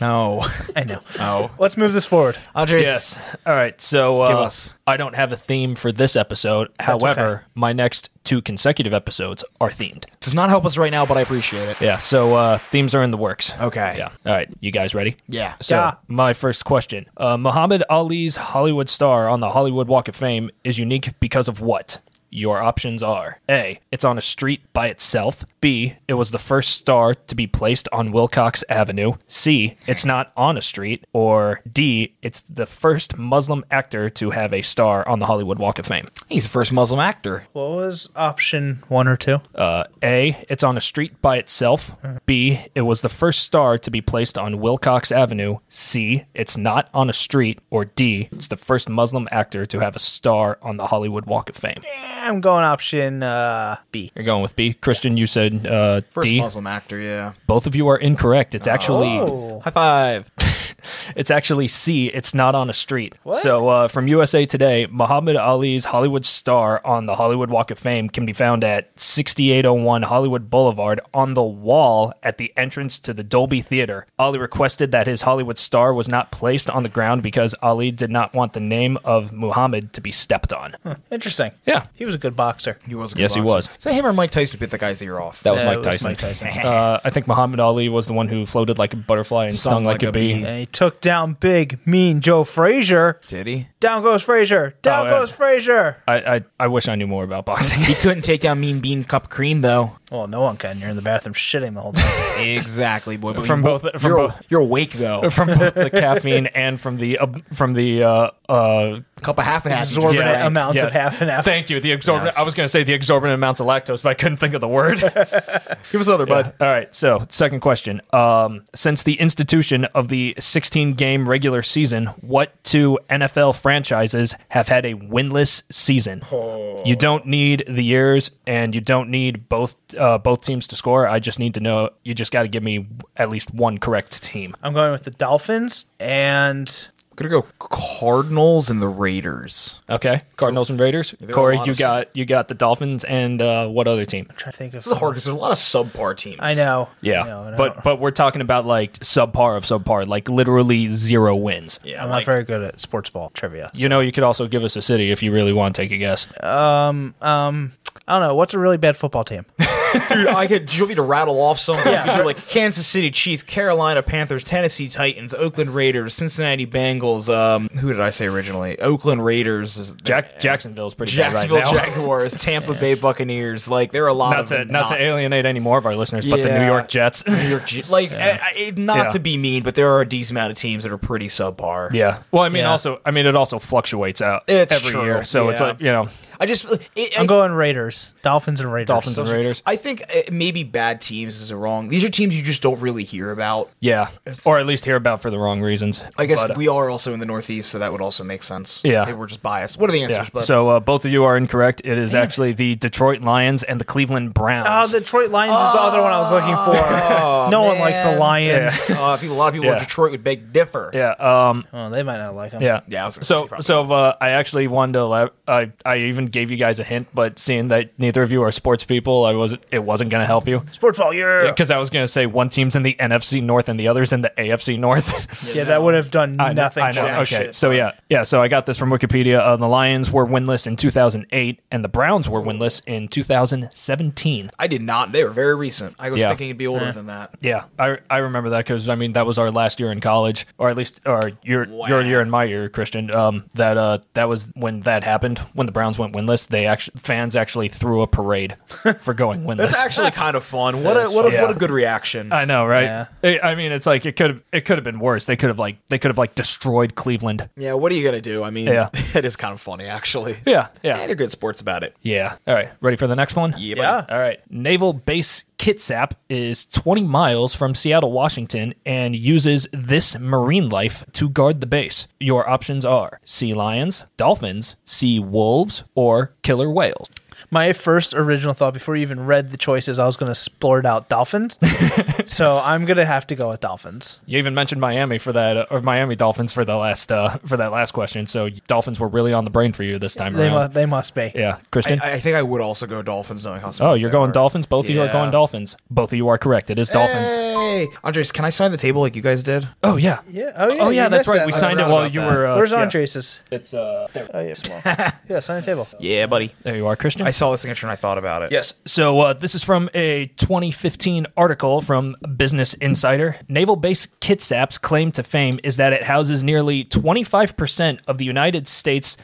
Speaker 4: No.
Speaker 2: I know.
Speaker 4: [laughs] No.
Speaker 2: Let's move this forward.
Speaker 4: [laughs] Andres.
Speaker 1: Yes. All right. So uh,
Speaker 4: Give us.
Speaker 1: I don't have a theme for this episode. However, my next two consecutive episodes are themed.
Speaker 4: Does not help us right now, but I appreciate it.
Speaker 1: Yeah. So uh, themes are in the works.
Speaker 4: Okay.
Speaker 1: Yeah. All right. You guys ready?
Speaker 4: Yeah.
Speaker 1: So
Speaker 2: Yeah.
Speaker 1: my first question: uh, Muhammad Ali's Hollywood star on the Hollywood Walk of Fame is unique because of what? Your options are: A. It's on a street by itself. B. It was the first star to be placed on Wilcox Avenue. C. It's not on a street. Or D. It's the first Muslim actor to have a star on the Hollywood Walk of Fame.
Speaker 4: He's the first Muslim actor.
Speaker 2: What was option one or two?
Speaker 1: Uh, A, it's on a street by itself. B, it was the first star to be placed on Wilcox Avenue. C, it's not on a street. Or D, it's the first Muslim actor to have a star on the Hollywood Walk of Fame.
Speaker 2: I'm going option uh, B.
Speaker 1: You're going with B. Christian, you said uh,
Speaker 4: First
Speaker 1: D.
Speaker 4: Muslim actor, yeah.
Speaker 1: Both of you are incorrect. It's actually
Speaker 2: Oh.
Speaker 4: High five.
Speaker 1: [laughs] It's actually C. It's not on a street. So uh, from USA Today, Muhammad Ali's Hollywood star on the Hollywood Walk of Fame can be found at 6801 Hollywood Boulevard on the wall at the entrance to the Dolby Theater. Ali requested that his Hollywood star was not placed on the ground because Ali did not want the name of Muhammad to be stepped on.
Speaker 2: Interesting.
Speaker 1: Yeah.
Speaker 2: He was a good boxer.
Speaker 4: He was a good
Speaker 1: Yes, he
Speaker 4: boxer.
Speaker 1: was.
Speaker 4: So him or Mike Tyson bit the guy's ear off.
Speaker 1: That was
Speaker 2: Yeah,
Speaker 1: Mike
Speaker 2: it was
Speaker 1: Tyson.
Speaker 2: Mike Tyson.
Speaker 1: uh, I think Muhammad Ali was the one who floated like a butterfly and stung, like, a bee.
Speaker 2: And he took down big, mean Joe Frazier.
Speaker 4: Did he?
Speaker 2: Down goes Frazier. Down
Speaker 1: Oh, yeah.
Speaker 2: goes Frazier.
Speaker 1: I, I, I wish I knew more about
Speaker 2: [laughs]
Speaker 1: boxing.
Speaker 4: He couldn't take down Mean Bean Cup Cream though.
Speaker 2: Well, no one can. You're in the bathroom shitting the whole
Speaker 1: [laughs]
Speaker 2: time.
Speaker 4: exactly, boy. But
Speaker 1: From
Speaker 4: you-
Speaker 1: both- from
Speaker 4: you're,
Speaker 1: both-
Speaker 4: you're awake though.
Speaker 1: from both the caffeine and from the uh, from the uh, uh,
Speaker 4: A cup of half and half.
Speaker 2: Absorbent
Speaker 1: Yeah,
Speaker 2: amounts
Speaker 1: yeah.
Speaker 2: of half and half.
Speaker 1: thank you the exorbitant.
Speaker 4: Yes.
Speaker 1: I was going to say the exorbitant amounts of lactose, but I couldn't think of the word.
Speaker 4: Give us another, bud.
Speaker 1: All right, so second question: um, Since the institution of the 16-game regular season, what two NFL franchises have had a winless season?
Speaker 4: Oh.
Speaker 1: You don't need the years, and you don't need both uh, both teams to score. I just need to know. You just got to give me at least one correct team.
Speaker 2: I'm going with the Dolphins and
Speaker 4: Gonna go Cardinals and the Raiders.
Speaker 1: Okay, Cardinals and Raiders.
Speaker 4: are a
Speaker 1: Corey,
Speaker 4: lot
Speaker 1: you
Speaker 4: of-
Speaker 1: got you got the Dolphins and uh, what other team?
Speaker 2: i trying to think of
Speaker 4: This is hard because there's a lot of subpar teams.
Speaker 2: I know.
Speaker 1: Yeah,
Speaker 2: I know, I know.
Speaker 1: but but we're talking about like subpar of subpar, like literally zero wins.
Speaker 4: Yeah,
Speaker 2: I'm
Speaker 4: like-
Speaker 2: not very good at sports ball trivia.
Speaker 1: You know, you could also give us a city if you really want to take a guess.
Speaker 4: Uh,
Speaker 2: Um, I don't know. What's a really bad football team?
Speaker 4: Dude, I could. Do you want me to rattle off some?
Speaker 2: Yeah.
Speaker 4: You could do like Kansas City Chiefs, Carolina Panthers, Tennessee Titans, Oakland Raiders, Cincinnati Bengals. Um, who did I say originally? Oakland Raiders. Is
Speaker 1: Jack Jacksonville's pretty
Speaker 4: Jacksonville
Speaker 1: bad right now.
Speaker 4: Jaguars, Tampa Bay Buccaneers. Like there are a
Speaker 1: [laughs]
Speaker 4: lot
Speaker 1: not
Speaker 4: of
Speaker 1: to not to alienate any more of our listeners, but the New
Speaker 4: Yeah.
Speaker 1: York Jets. [laughs]
Speaker 4: New York, J- like I- I- it- not
Speaker 1: Yeah.
Speaker 4: to be mean, but there are a decent amount of teams that are pretty subpar.
Speaker 1: yeah. Well, I mean,
Speaker 2: Yeah.
Speaker 1: also, I mean, it also fluctuates out
Speaker 4: It's
Speaker 1: every
Speaker 4: true,
Speaker 1: year, so it's
Speaker 4: yeah.
Speaker 1: like you know,
Speaker 4: I just it,
Speaker 2: I'm
Speaker 4: I,
Speaker 2: going Raiders, Dolphins, and Raiders.
Speaker 1: Dolphins and Raiders.
Speaker 4: I think uh, maybe bad teams is wrong. These are teams you just don't really hear about.
Speaker 1: Yeah, or at least hear about for the wrong reasons.
Speaker 4: I guess
Speaker 1: But, uh,
Speaker 4: we are also in the Northeast, so that would also make sense.
Speaker 1: Yeah.
Speaker 4: Maybe we're just biased. What are the answers?
Speaker 1: Yeah.
Speaker 4: But
Speaker 1: So uh, both of you are incorrect. It is actually the Detroit Lions and the Cleveland
Speaker 2: Oh,
Speaker 1: Browns.
Speaker 2: the Detroit Lions is the other one I was looking
Speaker 3: Oh,
Speaker 2: for. no one likes the
Speaker 4: Oh, man.
Speaker 2: Lions.
Speaker 4: uh, people, a lot of people
Speaker 1: Yeah.
Speaker 4: in Detroit would beg differ.
Speaker 1: yeah. Um,
Speaker 2: Oh, they might not like them.
Speaker 1: Yeah,
Speaker 4: Yeah, I was gonna say
Speaker 1: So,
Speaker 4: probably
Speaker 1: so uh, I actually wanted to. Elab- I I even gave you guys a hint, but seeing that neither of you are sports people, I was it wasn't going to help you
Speaker 2: Sports ball, yeah.
Speaker 1: because I was going to say one team's in the NFC North and the others in the AFC North. [laughs]
Speaker 2: Yeah, that would have done
Speaker 1: I know-
Speaker 2: nothing.
Speaker 1: I know. Oh,
Speaker 2: for me.
Speaker 1: Okay. So yeah, yeah. So I got this from Wikipedia. Uh, the Lions were winless in 2008, and the Browns were winless in 2017.
Speaker 4: I did not. They were very recent. I was
Speaker 1: Yeah.
Speaker 4: thinking it'd be
Speaker 3: Eh.
Speaker 4: older than that.
Speaker 1: Yeah, I, I remember that because I mean that was our last year in college, or at least or your your year and my year, Christian. Um, that uh that was when that happened, Cleveland when the Browns went winless, they actually fans actually threw a parade for going winless.
Speaker 3: That's actually kind of fun. What a what a,
Speaker 1: fun.
Speaker 3: what a
Speaker 1: Yeah.
Speaker 3: good reaction.
Speaker 1: I know, right?
Speaker 2: Yeah.
Speaker 1: I- I mean, it's like it could it could have been worse. They could have like they could have like destroyed Cleveland.
Speaker 3: yeah, what are you gonna do? I mean,
Speaker 1: Yeah.
Speaker 3: [laughs] it is kind of funny actually.
Speaker 1: Yeah,
Speaker 3: And
Speaker 1: yeah,
Speaker 3: they're good sports about it.
Speaker 1: yeah. All right, ready for the next one?
Speaker 3: Yeah.
Speaker 2: Yeah.
Speaker 3: buddy.
Speaker 1: All right. Naval Base Kitsap is 20 miles from Seattle, Washington, and uses this marine life to guard the base. Your options are sea lions, dolphins, sea wolves, or killer whales.
Speaker 2: My first original thought before you even read the choices, I was going to splurt out dolphins. so I'm going to have to go with dolphins.
Speaker 1: You even mentioned Miami for that, uh, or Miami Dolphins for the last uh, for that last question. So dolphins were really on the brain for you this time
Speaker 2: They,
Speaker 1: around.
Speaker 2: must, they must be.
Speaker 1: yeah, Christian.
Speaker 3: I, I think I would also go Dolphins knowing how.
Speaker 2: [laughs]
Speaker 1: Oh,
Speaker 3: smart
Speaker 1: you're
Speaker 3: they
Speaker 1: going
Speaker 3: are.
Speaker 1: Dolphins? Both of you are
Speaker 3: Yeah.
Speaker 1: going Dolphins. Both of you are correct. It is Dolphins.
Speaker 3: Hey, Andres, can I sign the table like you guys did?
Speaker 1: Oh, yeah.
Speaker 2: Yeah. Oh, yeah.
Speaker 1: Oh, yeah,
Speaker 2: you
Speaker 1: that's
Speaker 2: missed
Speaker 1: right.
Speaker 2: that
Speaker 1: We
Speaker 2: last
Speaker 1: signed it
Speaker 2: round.
Speaker 1: while you were. Uh,
Speaker 2: Where's
Speaker 1: yeah.
Speaker 2: Andreases?
Speaker 1: It's, uh, there.
Speaker 2: Oh, yeah, small. [laughs] yeah, sign the table.
Speaker 3: Yeah, buddy.
Speaker 1: There you are, Christian.
Speaker 3: I saw the signature and I thought about it.
Speaker 1: Yes. So uh, this is from a 2015 article from Business Insider. Naval Base Kitsap's claim to fame is that it houses nearly 25% of the United States'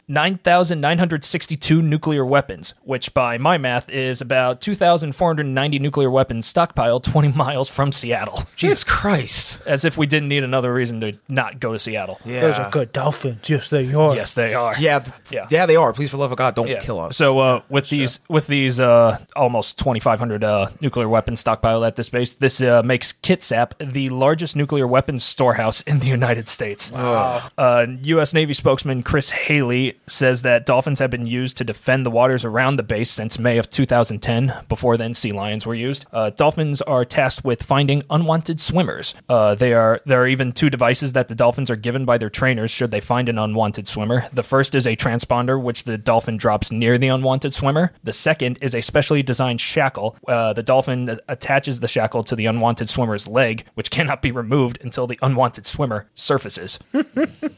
Speaker 1: 9,962 nuclear weapons, which by my math is about 2,490 nuclear weapons stockpiled 20 [laughs] miles from Seattle.
Speaker 3: Jesus Christ.
Speaker 1: As if we didn't need another reason to not go to Seattle.
Speaker 2: Those are good dolphins. Yes, they are.
Speaker 1: Yes, they are.
Speaker 3: Yeah, th-
Speaker 1: Yeah.
Speaker 3: yeah, they are. Please, for the love of God, don't
Speaker 1: Yeah.
Speaker 3: kill us.
Speaker 1: So uh, with these with these uh, almost 2,500 uh, nuclear weapons stockpiled at this base, this uh, makes Kitsap the largest nuclear weapons storehouse in the United States. Wow. Uh, U.S. Navy spokesman Chris Haley says that dolphins have been used to defend the waters around the base since May of 2010. Before then, sea lions were used. Uh, dolphins are tasked with finding unwanted swimmers. Uh, they are there are even two devices that the dolphins are given by their trainers should they find an unwanted swimmer. The first is a transponder, which the dolphin drops near the unwanted swimmer. The second is a specially designed shackle. Uh, the dolphin attaches the shackle to the unwanted swimmer's leg, which cannot be removed until the unwanted swimmer surfaces.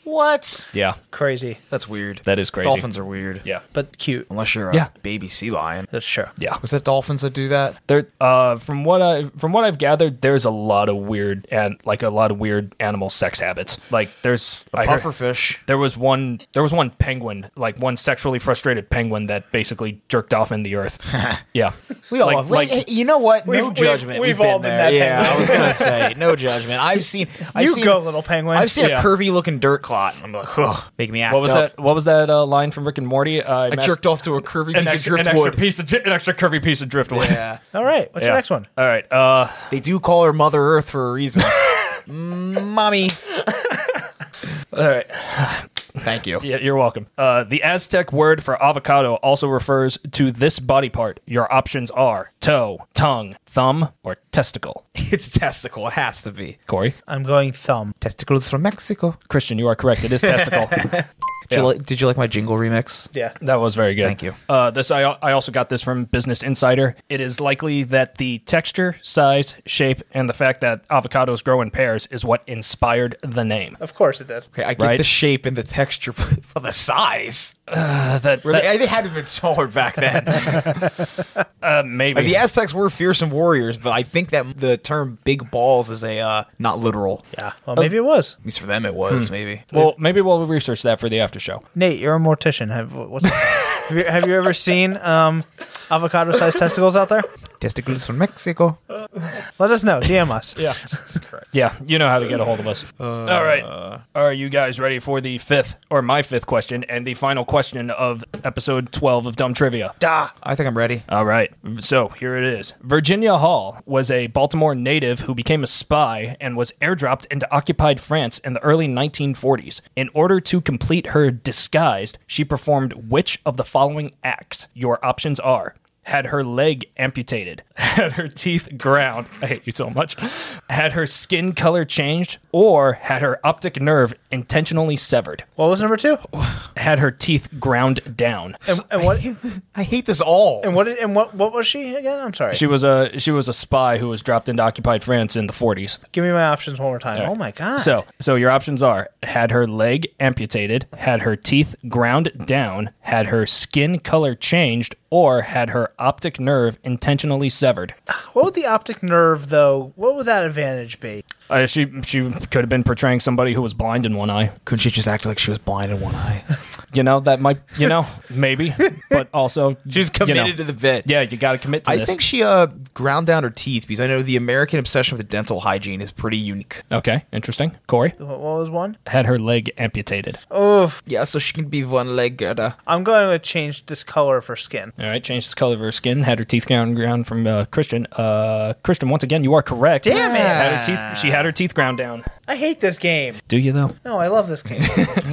Speaker 3: what?
Speaker 1: Yeah,
Speaker 2: Crazy,
Speaker 3: That's weird.
Speaker 1: that is crazy.
Speaker 3: Dolphins are weird.
Speaker 1: Yeah.
Speaker 2: but cute.
Speaker 3: Unless you're a
Speaker 1: Yeah.
Speaker 3: baby sea lion.
Speaker 2: That's sure.
Speaker 1: Yeah.
Speaker 3: Was that dolphins that do that?
Speaker 1: There, uh, from what I from what I've gathered, there's a lot of weird and like a lot of weird animal sex habits. Like there's I heard-
Speaker 3: Pufferfish.
Speaker 1: There was one. There was one penguin, like one sexually frustrated penguin that basically jerked off in the
Speaker 3: [laughs]
Speaker 1: earth. yeah,
Speaker 3: We all
Speaker 1: Like-
Speaker 3: love.
Speaker 1: like-
Speaker 3: hey, you know what? No
Speaker 2: we've-
Speaker 3: judgment.
Speaker 2: we've all been that
Speaker 3: Yeah,
Speaker 2: penguin.
Speaker 3: I was gonna say no judgment. I've seen. I've
Speaker 2: [laughs] you
Speaker 3: seen,
Speaker 2: go, little penguin.
Speaker 3: I've seen
Speaker 1: Yeah.
Speaker 3: a curvy looking dirt clot. and I'm like, ugh, make me act.
Speaker 1: What was
Speaker 3: up.
Speaker 1: that? What was that uh, line from Rick and Morty? Uh,
Speaker 3: I jerked off to a curvy
Speaker 1: an
Speaker 3: piece
Speaker 1: extra,
Speaker 3: of
Speaker 1: an extra
Speaker 3: driftwood.
Speaker 1: piece of an extra curvy piece of driftwood. [laughs]
Speaker 3: yeah,
Speaker 2: All right. What's your
Speaker 1: Yeah.
Speaker 2: next one?
Speaker 1: All right. Uh,
Speaker 3: they do call her Mother Earth for
Speaker 1: [laughs]
Speaker 3: a reason. Mommy,
Speaker 1: all right.
Speaker 3: thank you.
Speaker 1: Yeah, you're welcome. Uh, the Aztec word for avocado also refers to this body part. Your options are toe, tongue, thumb, or testicle.
Speaker 3: It's testicle. It has to be
Speaker 1: Corey,
Speaker 2: I'm going thumb.
Speaker 3: testicles from Mexico.
Speaker 1: Christian, you are correct. It is testicle.
Speaker 3: [laughs] Did,
Speaker 1: Yeah.
Speaker 3: you like, did you like my jingle remix?
Speaker 2: Yeah.
Speaker 1: That was very good.
Speaker 3: Thank you.
Speaker 1: Uh, this I, I also got this from Business Insider. It is likely that the texture, size, shape, and the fact that avocados grow in pairs is what inspired the name.
Speaker 2: Of course it did.
Speaker 3: Okay, I get
Speaker 1: Right.
Speaker 3: the shape and the texture but for the size.
Speaker 1: Uh, that,
Speaker 3: Were
Speaker 1: that-
Speaker 3: they, they had to have been smaller
Speaker 1: [laughs]
Speaker 3: back then.
Speaker 1: uh, maybe.
Speaker 3: the Aztecs were fearsome warriors, but I think that the term "big balls" is a uh, not literal. Yeah, at
Speaker 2: Well, maybe it was.
Speaker 3: least for them it was.
Speaker 1: Hmm.
Speaker 3: Maybe
Speaker 1: well, maybe we'll research that for the after show.
Speaker 2: Nate, you're a mortician. Have what's have, you, have you ever seen um, avocado-sized testicles out there?
Speaker 3: testicles from Mexico.
Speaker 2: Let us know. DM us. yeah.
Speaker 1: Yeah, you know how to get a hold of us.
Speaker 3: Uh,
Speaker 1: All right. Are you guys ready for the fifth, or my fifth question, and the final question of episode 12 of Dumb Trivia?
Speaker 3: I think I'm ready.
Speaker 1: All right. So here it is. Virginia Hall was a Baltimore native who became a spy and was airdropped into occupied France in the early 1940s. In order to complete her disguise, she performed which of the following acts? Your options are had her leg amputated, [laughs] had her teeth ground, I hate you so much, had her skin color changed, or had her optic nerve intentionally severed,
Speaker 2: What was number two?
Speaker 1: had her teeth ground down.
Speaker 2: And, and what?
Speaker 4: [laughs]
Speaker 3: I hate this all.
Speaker 2: And what? did- And what? What was she again? I'm sorry.
Speaker 1: She was a she was a spy who was dropped into occupied France in the 40s.
Speaker 2: Give me my options one more time. Oh my god.
Speaker 1: So, so your options are: had her leg amputated, had her teeth ground down, had her skin color changed, or had her optic nerve intentionally severed.
Speaker 2: what would the optic nerve though? What would that advantage be?
Speaker 1: I, Uh, she she could have been portraying somebody who was blind in one eye.
Speaker 4: Couldn't she just act like she was blind in one eye?
Speaker 1: You know that might you know maybe, but also
Speaker 4: [laughs] She's committed
Speaker 1: you know,
Speaker 4: to the vet.
Speaker 1: Yeah, you got to commit to
Speaker 4: I
Speaker 1: this.
Speaker 4: think she uh ground down her teeth because I know the American obsession with dental hygiene is pretty unique.
Speaker 1: okay, interesting. Corey
Speaker 2: What was one?
Speaker 1: had her leg amputated.
Speaker 4: Yeah, so she can be one legged. Uh,
Speaker 2: I'm going to change this color for skin.
Speaker 1: All right, changed the color of her skin. Had her teeth ground ground from uh, Christian. Uh, Christian, once again, you are correct.
Speaker 2: Damn it!
Speaker 1: Had her teeth, she had her teeth ground down.
Speaker 2: I hate this game.
Speaker 1: Do you though?
Speaker 2: No, I love
Speaker 4: [laughs]
Speaker 2: this game.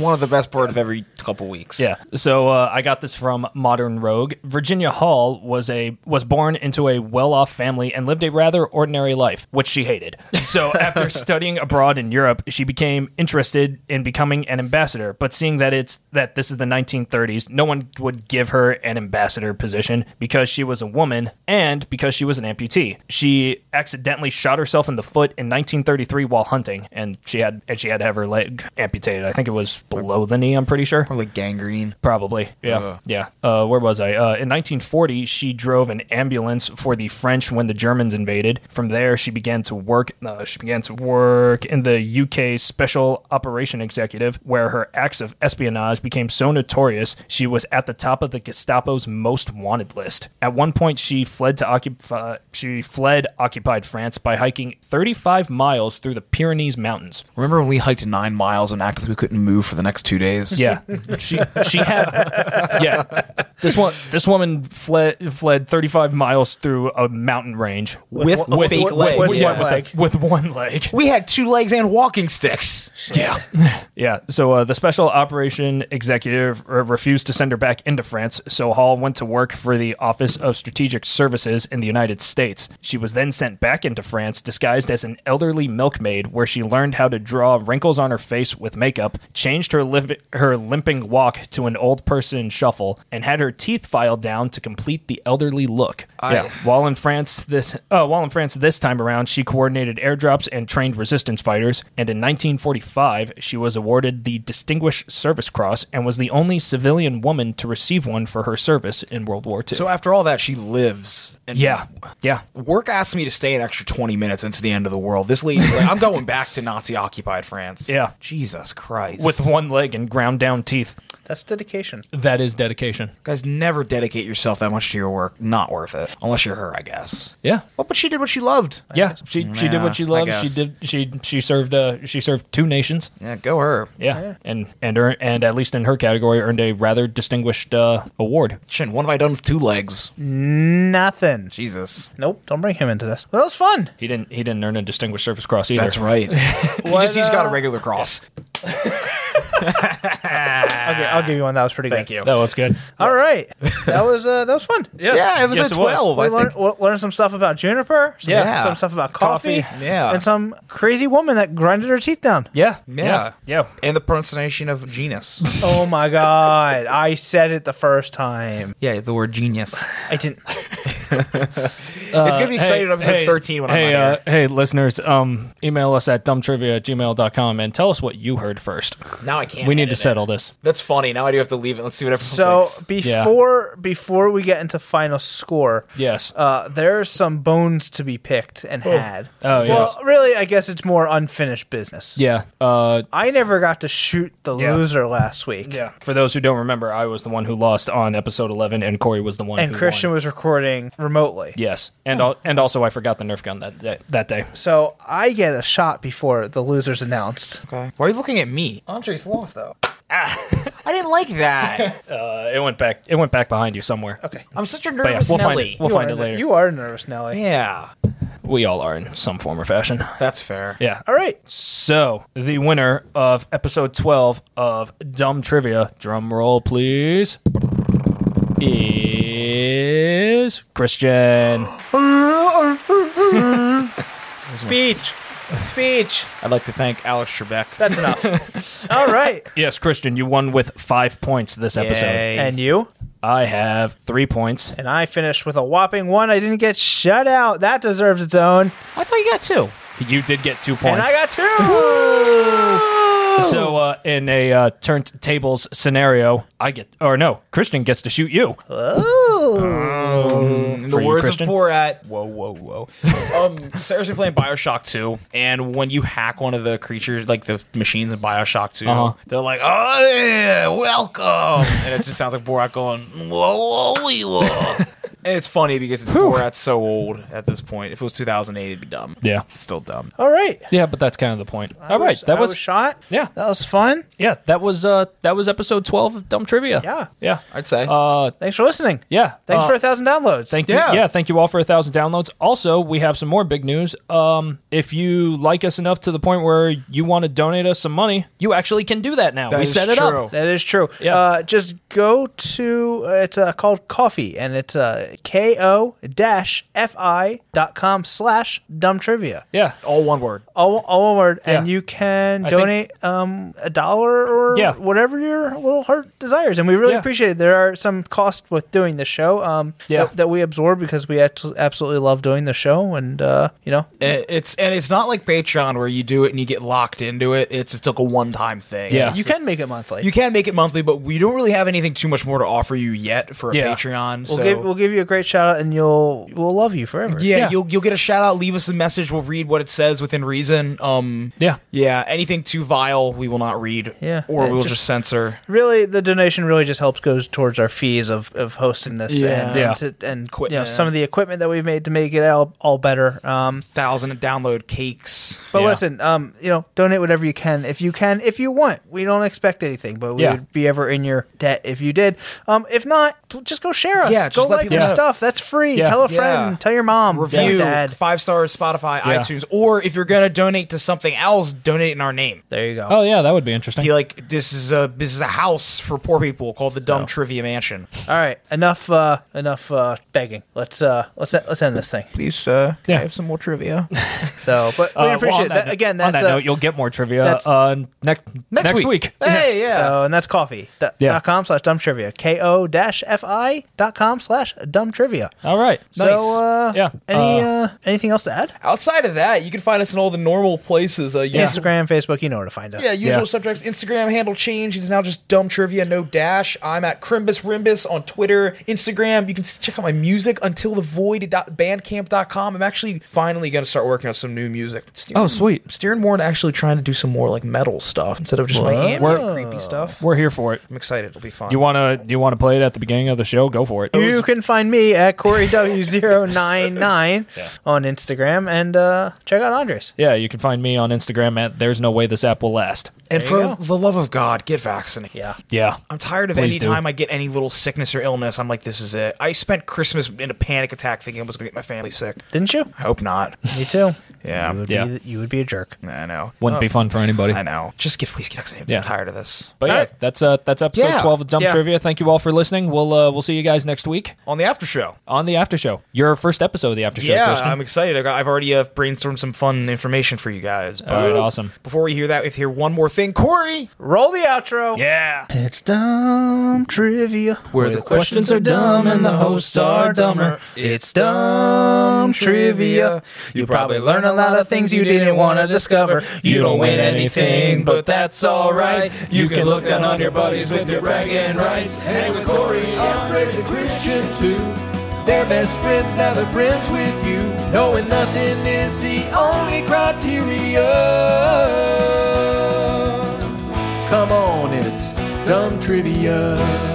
Speaker 4: one of the best part of every couple weeks.
Speaker 1: Yeah. So uh, I got this from Modern Rogue. Virginia Hall was a was born into a well off family and lived a rather ordinary life, which she hated. So after studying abroad in Europe, she became interested in becoming an ambassador. But seeing that it's that this is the 1930s, no one would give her an ambassador position because she was a woman and because she was an amputee. She accidentally shot herself in the foot in 1933 while hunting, and she had and she had to have her leg amputated. I think it was below the knee. I'm pretty sure.
Speaker 4: Probably gangrene.
Speaker 1: Probably. Yeah. Yeah. Uh, where was I? Uh, in 1940, she drove an ambulance for the French when the Germans invaded. From there, she began to work. Uh, she began to work in the UK Special Operation Executive, where her acts of espionage became so notorious, she was at the top of the Gestapo's most wanted list. At one point, she fled to occupy. She fled occupied France by hiking 35 miles through the Pyrenees Mountains.
Speaker 4: Remember when we hiked nine miles and acted like we couldn't move for the next two days?
Speaker 1: Yeah, [laughs] she she had yeah. This one this woman fled fled 35 miles through a mountain range
Speaker 4: With, a fake
Speaker 2: with-
Speaker 4: leg.
Speaker 2: with-
Speaker 4: yeah.
Speaker 2: one leg.
Speaker 1: with one leg.
Speaker 4: We had two legs and walking sticks.
Speaker 1: Yeah, yeah. So uh, the special operation executive uh, refused to send her back into France. So Hall went to work for the Office of Strategic Services in the United States. She was then sent back into France disguised as an elderly milkmaid, where she learned how to draw wrinkles on her face with makeup, changed her liv- her limping walk to an old person shuffle, and had her teeth filed down to complete the elderly look. yeah. While in France this oh, while in France this time around, she coordinated airdrops and trained resistance fighters, and in 1945 she was awarded the Distinguished Service Cross and was the only civilian woman to receive one for her service in World War II.
Speaker 4: So after all that, she lives. And
Speaker 1: yeah. Yeah.
Speaker 4: Work asked me to stay an extra 20 minutes into the end of the world. This lady's like, I'm going back to Nazi occupied
Speaker 1: [laughs]
Speaker 4: France.
Speaker 1: Yeah.
Speaker 4: Jesus Christ.
Speaker 1: With one leg and ground down teeth.
Speaker 2: That's dedication.
Speaker 1: That is dedication.
Speaker 4: Guys, never dedicate yourself that much to your work. Not worth it. Unless you're her, I guess.
Speaker 1: Yeah.
Speaker 4: Well, but she did what she loved.
Speaker 1: Yeah, she she did what she
Speaker 4: I
Speaker 1: loved. She
Speaker 4: guess.
Speaker 1: did she she served uh she served two nations.
Speaker 4: Yeah, go her.
Speaker 1: Yeah, and and earn, and at least in her category earned a rather distinguished uh, award.
Speaker 4: Shin, what have I done with two legs?
Speaker 2: Nothing.
Speaker 4: Jesus.
Speaker 2: Nope. Don't bring him into this. Well, that was fun.
Speaker 1: He didn't he didn't earn a distinguished service cross either.
Speaker 4: That's [laughs] right. he just he's got a regular cross.
Speaker 2: Okay,
Speaker 4: Ah.
Speaker 2: I'll give you one. That was pretty good. Thank you.
Speaker 1: That was good.
Speaker 2: All
Speaker 4: [laughs]
Speaker 2: right. that was uh, that was fun.
Speaker 1: Yes.
Speaker 4: Yeah, it was
Speaker 1: Yes,
Speaker 4: a
Speaker 1: it was.
Speaker 4: 12,
Speaker 2: We
Speaker 4: I
Speaker 2: learned,
Speaker 4: think.
Speaker 2: we learned some stuff about juniper, some,
Speaker 1: Yeah.
Speaker 2: some stuff about coffee,
Speaker 1: Coffee.
Speaker 4: Yeah.
Speaker 2: and some crazy woman that grinded her teeth down.
Speaker 1: Yeah.
Speaker 4: Yeah.
Speaker 1: Yeah.
Speaker 4: And the pronunciation of
Speaker 1: [laughs]
Speaker 4: genus.
Speaker 2: Oh my god! I said it the first time.
Speaker 4: yeah, the word genius.
Speaker 2: I
Speaker 1: [laughs]
Speaker 2: didn't.
Speaker 4: it's going to be excited on episode 13 when
Speaker 1: Uh, hey,
Speaker 4: I'm out
Speaker 1: uh, Hey, listeners, um, email us at dumbtrivia at gmail.com and tell us what you heard first.
Speaker 4: here. Now I can't.
Speaker 1: We need
Speaker 4: edit
Speaker 1: to
Speaker 4: it.
Speaker 1: settle this.
Speaker 4: That's funny. Now I do have to leave it. Let's see what everyone
Speaker 2: So
Speaker 4: thinks.
Speaker 1: Yeah.
Speaker 2: before before we get into final score,
Speaker 1: Yes.
Speaker 2: uh, there are some bones to be picked and had.
Speaker 1: Oh,
Speaker 2: well, really, I guess it's more unfinished business.
Speaker 1: yeah. Uh,
Speaker 2: I never got to shoot the
Speaker 1: Yeah.
Speaker 2: loser last week,
Speaker 1: yeah. For those who don't remember, I was the one who lost on episode 11, and Corey was the one
Speaker 2: and
Speaker 1: who
Speaker 2: Christian
Speaker 1: won.
Speaker 2: was recording remotely.
Speaker 1: Yes. And, al- and also, I forgot the Nerf gun that day. That day.
Speaker 2: So I get a shot before the loser's announced.
Speaker 4: Okay. Why are you looking at me? Andre's lost, though. [laughs] I didn't like that.
Speaker 1: Uh, it went back. It went back behind you somewhere.
Speaker 2: Okay.
Speaker 4: I'm such a
Speaker 1: But yeah,
Speaker 4: nervous
Speaker 1: we'll find
Speaker 4: Nelly.
Speaker 1: it. We'll
Speaker 2: You
Speaker 1: find
Speaker 2: are
Speaker 1: it
Speaker 2: ner-
Speaker 1: later.
Speaker 2: You are nervous, Nelly.
Speaker 4: Yeah.
Speaker 1: we all are in some form or fashion.
Speaker 4: That's fair.
Speaker 1: Yeah.
Speaker 2: All right.
Speaker 1: So the winner of episode twelve of Dumb Trivia, drum roll please, is Christian.
Speaker 2: Speech. Speech.
Speaker 4: I'd like to thank Alex Trebek.
Speaker 2: That's enough.
Speaker 1: [laughs]
Speaker 2: All right.
Speaker 1: yes, Christian, you won with five points this episode.
Speaker 2: And you?
Speaker 1: I have three points.
Speaker 2: And I finished with a whopping one. I didn't get shut out. That deserves its own.
Speaker 4: I thought you got two.
Speaker 1: You did get two points.
Speaker 2: And I got two.
Speaker 1: So uh, in a uh, turntables scenario, I get or no, Christian gets to shoot you.
Speaker 2: Uh,
Speaker 1: For
Speaker 4: In the
Speaker 1: you,
Speaker 4: words
Speaker 1: Christian?
Speaker 4: of Borat, whoa, whoa, whoa. [laughs] um, Sarah's been playing Bioshock 2, and when you hack one of the creatures, like the machines in Bioshock 2,
Speaker 1: Uh-huh.
Speaker 4: they're like, oh, yeah, welcome. and it just sounds like Borat going, whoa, whoa, wee, whoa.
Speaker 1: [laughs]
Speaker 4: and it's funny because it's Borat's so old at this point. If it was 2008, it'd be dumb.
Speaker 1: Yeah.
Speaker 4: It's still dumb.
Speaker 2: All right.
Speaker 1: Yeah, but that's kind of the point. All right,
Speaker 2: I
Speaker 1: that
Speaker 2: I
Speaker 1: was,
Speaker 2: shot.
Speaker 1: yeah.
Speaker 2: That was fun.
Speaker 1: yeah, that was uh that was episode 12 of Dumb Trivia.
Speaker 2: Yeah.
Speaker 1: Yeah.
Speaker 7: I'd say.
Speaker 1: Uh
Speaker 2: Thanks for listening.
Speaker 1: yeah.
Speaker 2: Thanks
Speaker 1: uh,
Speaker 2: for a thousand downloads.
Speaker 1: Thank
Speaker 7: Yeah.
Speaker 1: you. Yeah, thank you all for a thousand downloads. Also, we have some more big news. Um, if you like us enough to the point where you want to donate us some money, you actually can do that now. we
Speaker 7: is
Speaker 1: set it
Speaker 7: true.
Speaker 1: up.
Speaker 2: That is true.
Speaker 1: Yeah.
Speaker 2: Uh, just go to uh, it's uh, called Coffee, and it's uh, ko dash fi dot com slash dumb trivia.
Speaker 1: Yeah.
Speaker 7: Oh.
Speaker 4: All one word.
Speaker 2: All, all one word, and
Speaker 1: Yeah.
Speaker 2: you can
Speaker 1: I think-
Speaker 2: donate um, a dollar or
Speaker 1: Yeah.
Speaker 2: whatever your little heart desires, and we really
Speaker 1: Yeah.
Speaker 2: appreciate it. There are some costs with doing the show um,
Speaker 1: Yeah.
Speaker 2: that, that we absorb because we act- absolutely love doing the show, and uh, you know,
Speaker 4: And It's and it's not like Patreon where you do it and you get locked into it. It's it's like a one time thing.
Speaker 1: Yeah.
Speaker 4: It's-
Speaker 2: you can make it monthly.
Speaker 4: You can make it monthly, but we don't really have anything too much more to offer you yet for a
Speaker 1: Yeah.
Speaker 4: Patreon.
Speaker 2: we'll
Speaker 4: so
Speaker 2: give we'll give you a great shout out, and you'll we'll love you forever.
Speaker 4: yeah,
Speaker 1: Yeah.
Speaker 4: you'll you'll get a shout out. Leave us a message. We'll read what it says within reason. Um,
Speaker 1: Yeah.
Speaker 4: yeah. Anything too vile, we will not read.
Speaker 2: Yeah.
Speaker 4: or
Speaker 2: Uh,
Speaker 4: we'll
Speaker 2: just-
Speaker 4: just, censor.
Speaker 2: really the donation really just helps goes towards our fees of, of hosting this
Speaker 4: Yeah.
Speaker 2: and
Speaker 1: Yeah.
Speaker 2: and, to, and you know,
Speaker 4: Equipment.
Speaker 2: some of the equipment that we've made to make it all, all better um
Speaker 4: Thousand download cakes.
Speaker 2: but
Speaker 1: Yeah.
Speaker 2: listen um you know donate whatever you can if you can if you want we don't expect anything but we
Speaker 1: Yeah.
Speaker 2: would be ever in your debt if you did um if not p- just go share us
Speaker 4: Yeah,
Speaker 2: go
Speaker 4: just let
Speaker 2: like
Speaker 4: people
Speaker 2: our
Speaker 1: know.
Speaker 2: stuff that's free
Speaker 1: Yeah.
Speaker 2: tell a
Speaker 4: Yeah.
Speaker 2: friend tell your mom tell
Speaker 4: Review
Speaker 2: your dad
Speaker 4: five stars Spotify,
Speaker 1: Yeah.
Speaker 4: iTunes, or if you're gonna donate to something else, donate in our name.
Speaker 2: there you go
Speaker 1: Oh yeah, that would be interesting.
Speaker 4: Be like, this is a this is a house for poor people called the Dumb Trivia Mansion.
Speaker 2: all right enough uh enough uh begging let's uh let's let's end this thing
Speaker 4: Please, uh,
Speaker 1: Yeah. I have
Speaker 4: some more trivia?
Speaker 2: so but we
Speaker 1: Uh, well,
Speaker 2: appreciate
Speaker 1: on
Speaker 2: that,
Speaker 1: no-
Speaker 2: again
Speaker 1: on
Speaker 2: that's
Speaker 1: that
Speaker 2: uh,
Speaker 1: note, you'll get more trivia
Speaker 2: that's-
Speaker 1: uh, next next,
Speaker 4: week.
Speaker 1: week.
Speaker 4: Hey, yeah.
Speaker 2: So, and that's coffee dot
Speaker 1: Yeah.
Speaker 2: dot com slash dumb trivia. Ko dash fi dot com slash dumb trivia.
Speaker 1: All right.
Speaker 2: So, uh,
Speaker 1: Yeah.
Speaker 2: Any, uh, anything else to add?
Speaker 7: Outside of that, you can find us in all the normal places. Uh, yeah.
Speaker 2: Instagram, Facebook, you know where to find us.
Speaker 7: Yeah, usual
Speaker 1: Yeah.
Speaker 7: subjects. Instagram handle change. It's now just dumb trivia, no dash. I'm at Crimbus Rimbus on Twitter, Instagram. You can s- check out my music until the void.bandcamp.com. I'm actually finally going to start working on some new music. Steering,
Speaker 1: Oh, sweet.
Speaker 7: Steering more and actually trying to do some more like metal stuff instead of just my ambient creepy stuff.
Speaker 1: We're here for it.
Speaker 7: I'm excited. It'll be fun.
Speaker 1: You wanna you wanna play it at the beginning of the show? Go for it.
Speaker 2: You can find me at Corey [laughs] W099 on Instagram and uh, check out Andres.
Speaker 1: Yeah, you can find me on Instagram at There's No Way This App Will Last.
Speaker 4: and for the love of God, get vaccinated.
Speaker 2: Yeah.
Speaker 1: Yeah.
Speaker 4: I'm tired of
Speaker 1: Please
Speaker 4: any
Speaker 1: do.
Speaker 4: time I get any little sickness or illness. I'm like, this is it. I spent Christmas in a panic attack thinking I was going to get my family sick.
Speaker 2: Didn't you?
Speaker 4: I hope not. [laughs]
Speaker 2: Me too.
Speaker 4: Yeah.
Speaker 2: You would,
Speaker 1: Yeah.
Speaker 2: Be, you would be a jerk.
Speaker 4: I know. Oh,
Speaker 1: Wouldn't be fun for anybody.
Speaker 4: I know. Just get please get vaccinated.
Speaker 1: Yeah.
Speaker 4: I'm tired of this.
Speaker 1: But yeah, that's uh that's episode
Speaker 4: Yeah.
Speaker 1: twelve of Dumb
Speaker 2: Yeah.
Speaker 1: Trivia. Thank you all for listening. We'll uh we'll see you guys next week
Speaker 4: On the after show.
Speaker 1: on the after show. Your first episode of the after show,
Speaker 4: yeah,
Speaker 1: Christian.
Speaker 4: I'm excited. I got, I've already uh, brainstormed some fun information for you guys.
Speaker 1: all right,
Speaker 4: But
Speaker 1: awesome.
Speaker 4: Before we hear that, we have to hear one more thing. Corey,
Speaker 2: Roll the
Speaker 1: Oh.
Speaker 2: outro.
Speaker 1: Yeah.
Speaker 2: It's dumb trivia. Where the
Speaker 1: questions are dumb and the
Speaker 2: hosts are dumber. It's dumb trivia. You probably learn a lot of things you didn't want to discover. You don't win anything, but that's all right. You can look down on your buddies with your bragging rights.
Speaker 9: And with Corey, Andres, and Christian too. They're best friends, now they're friends with you. Knowing nothing is the only criteria. Come on, it's dumb trivia.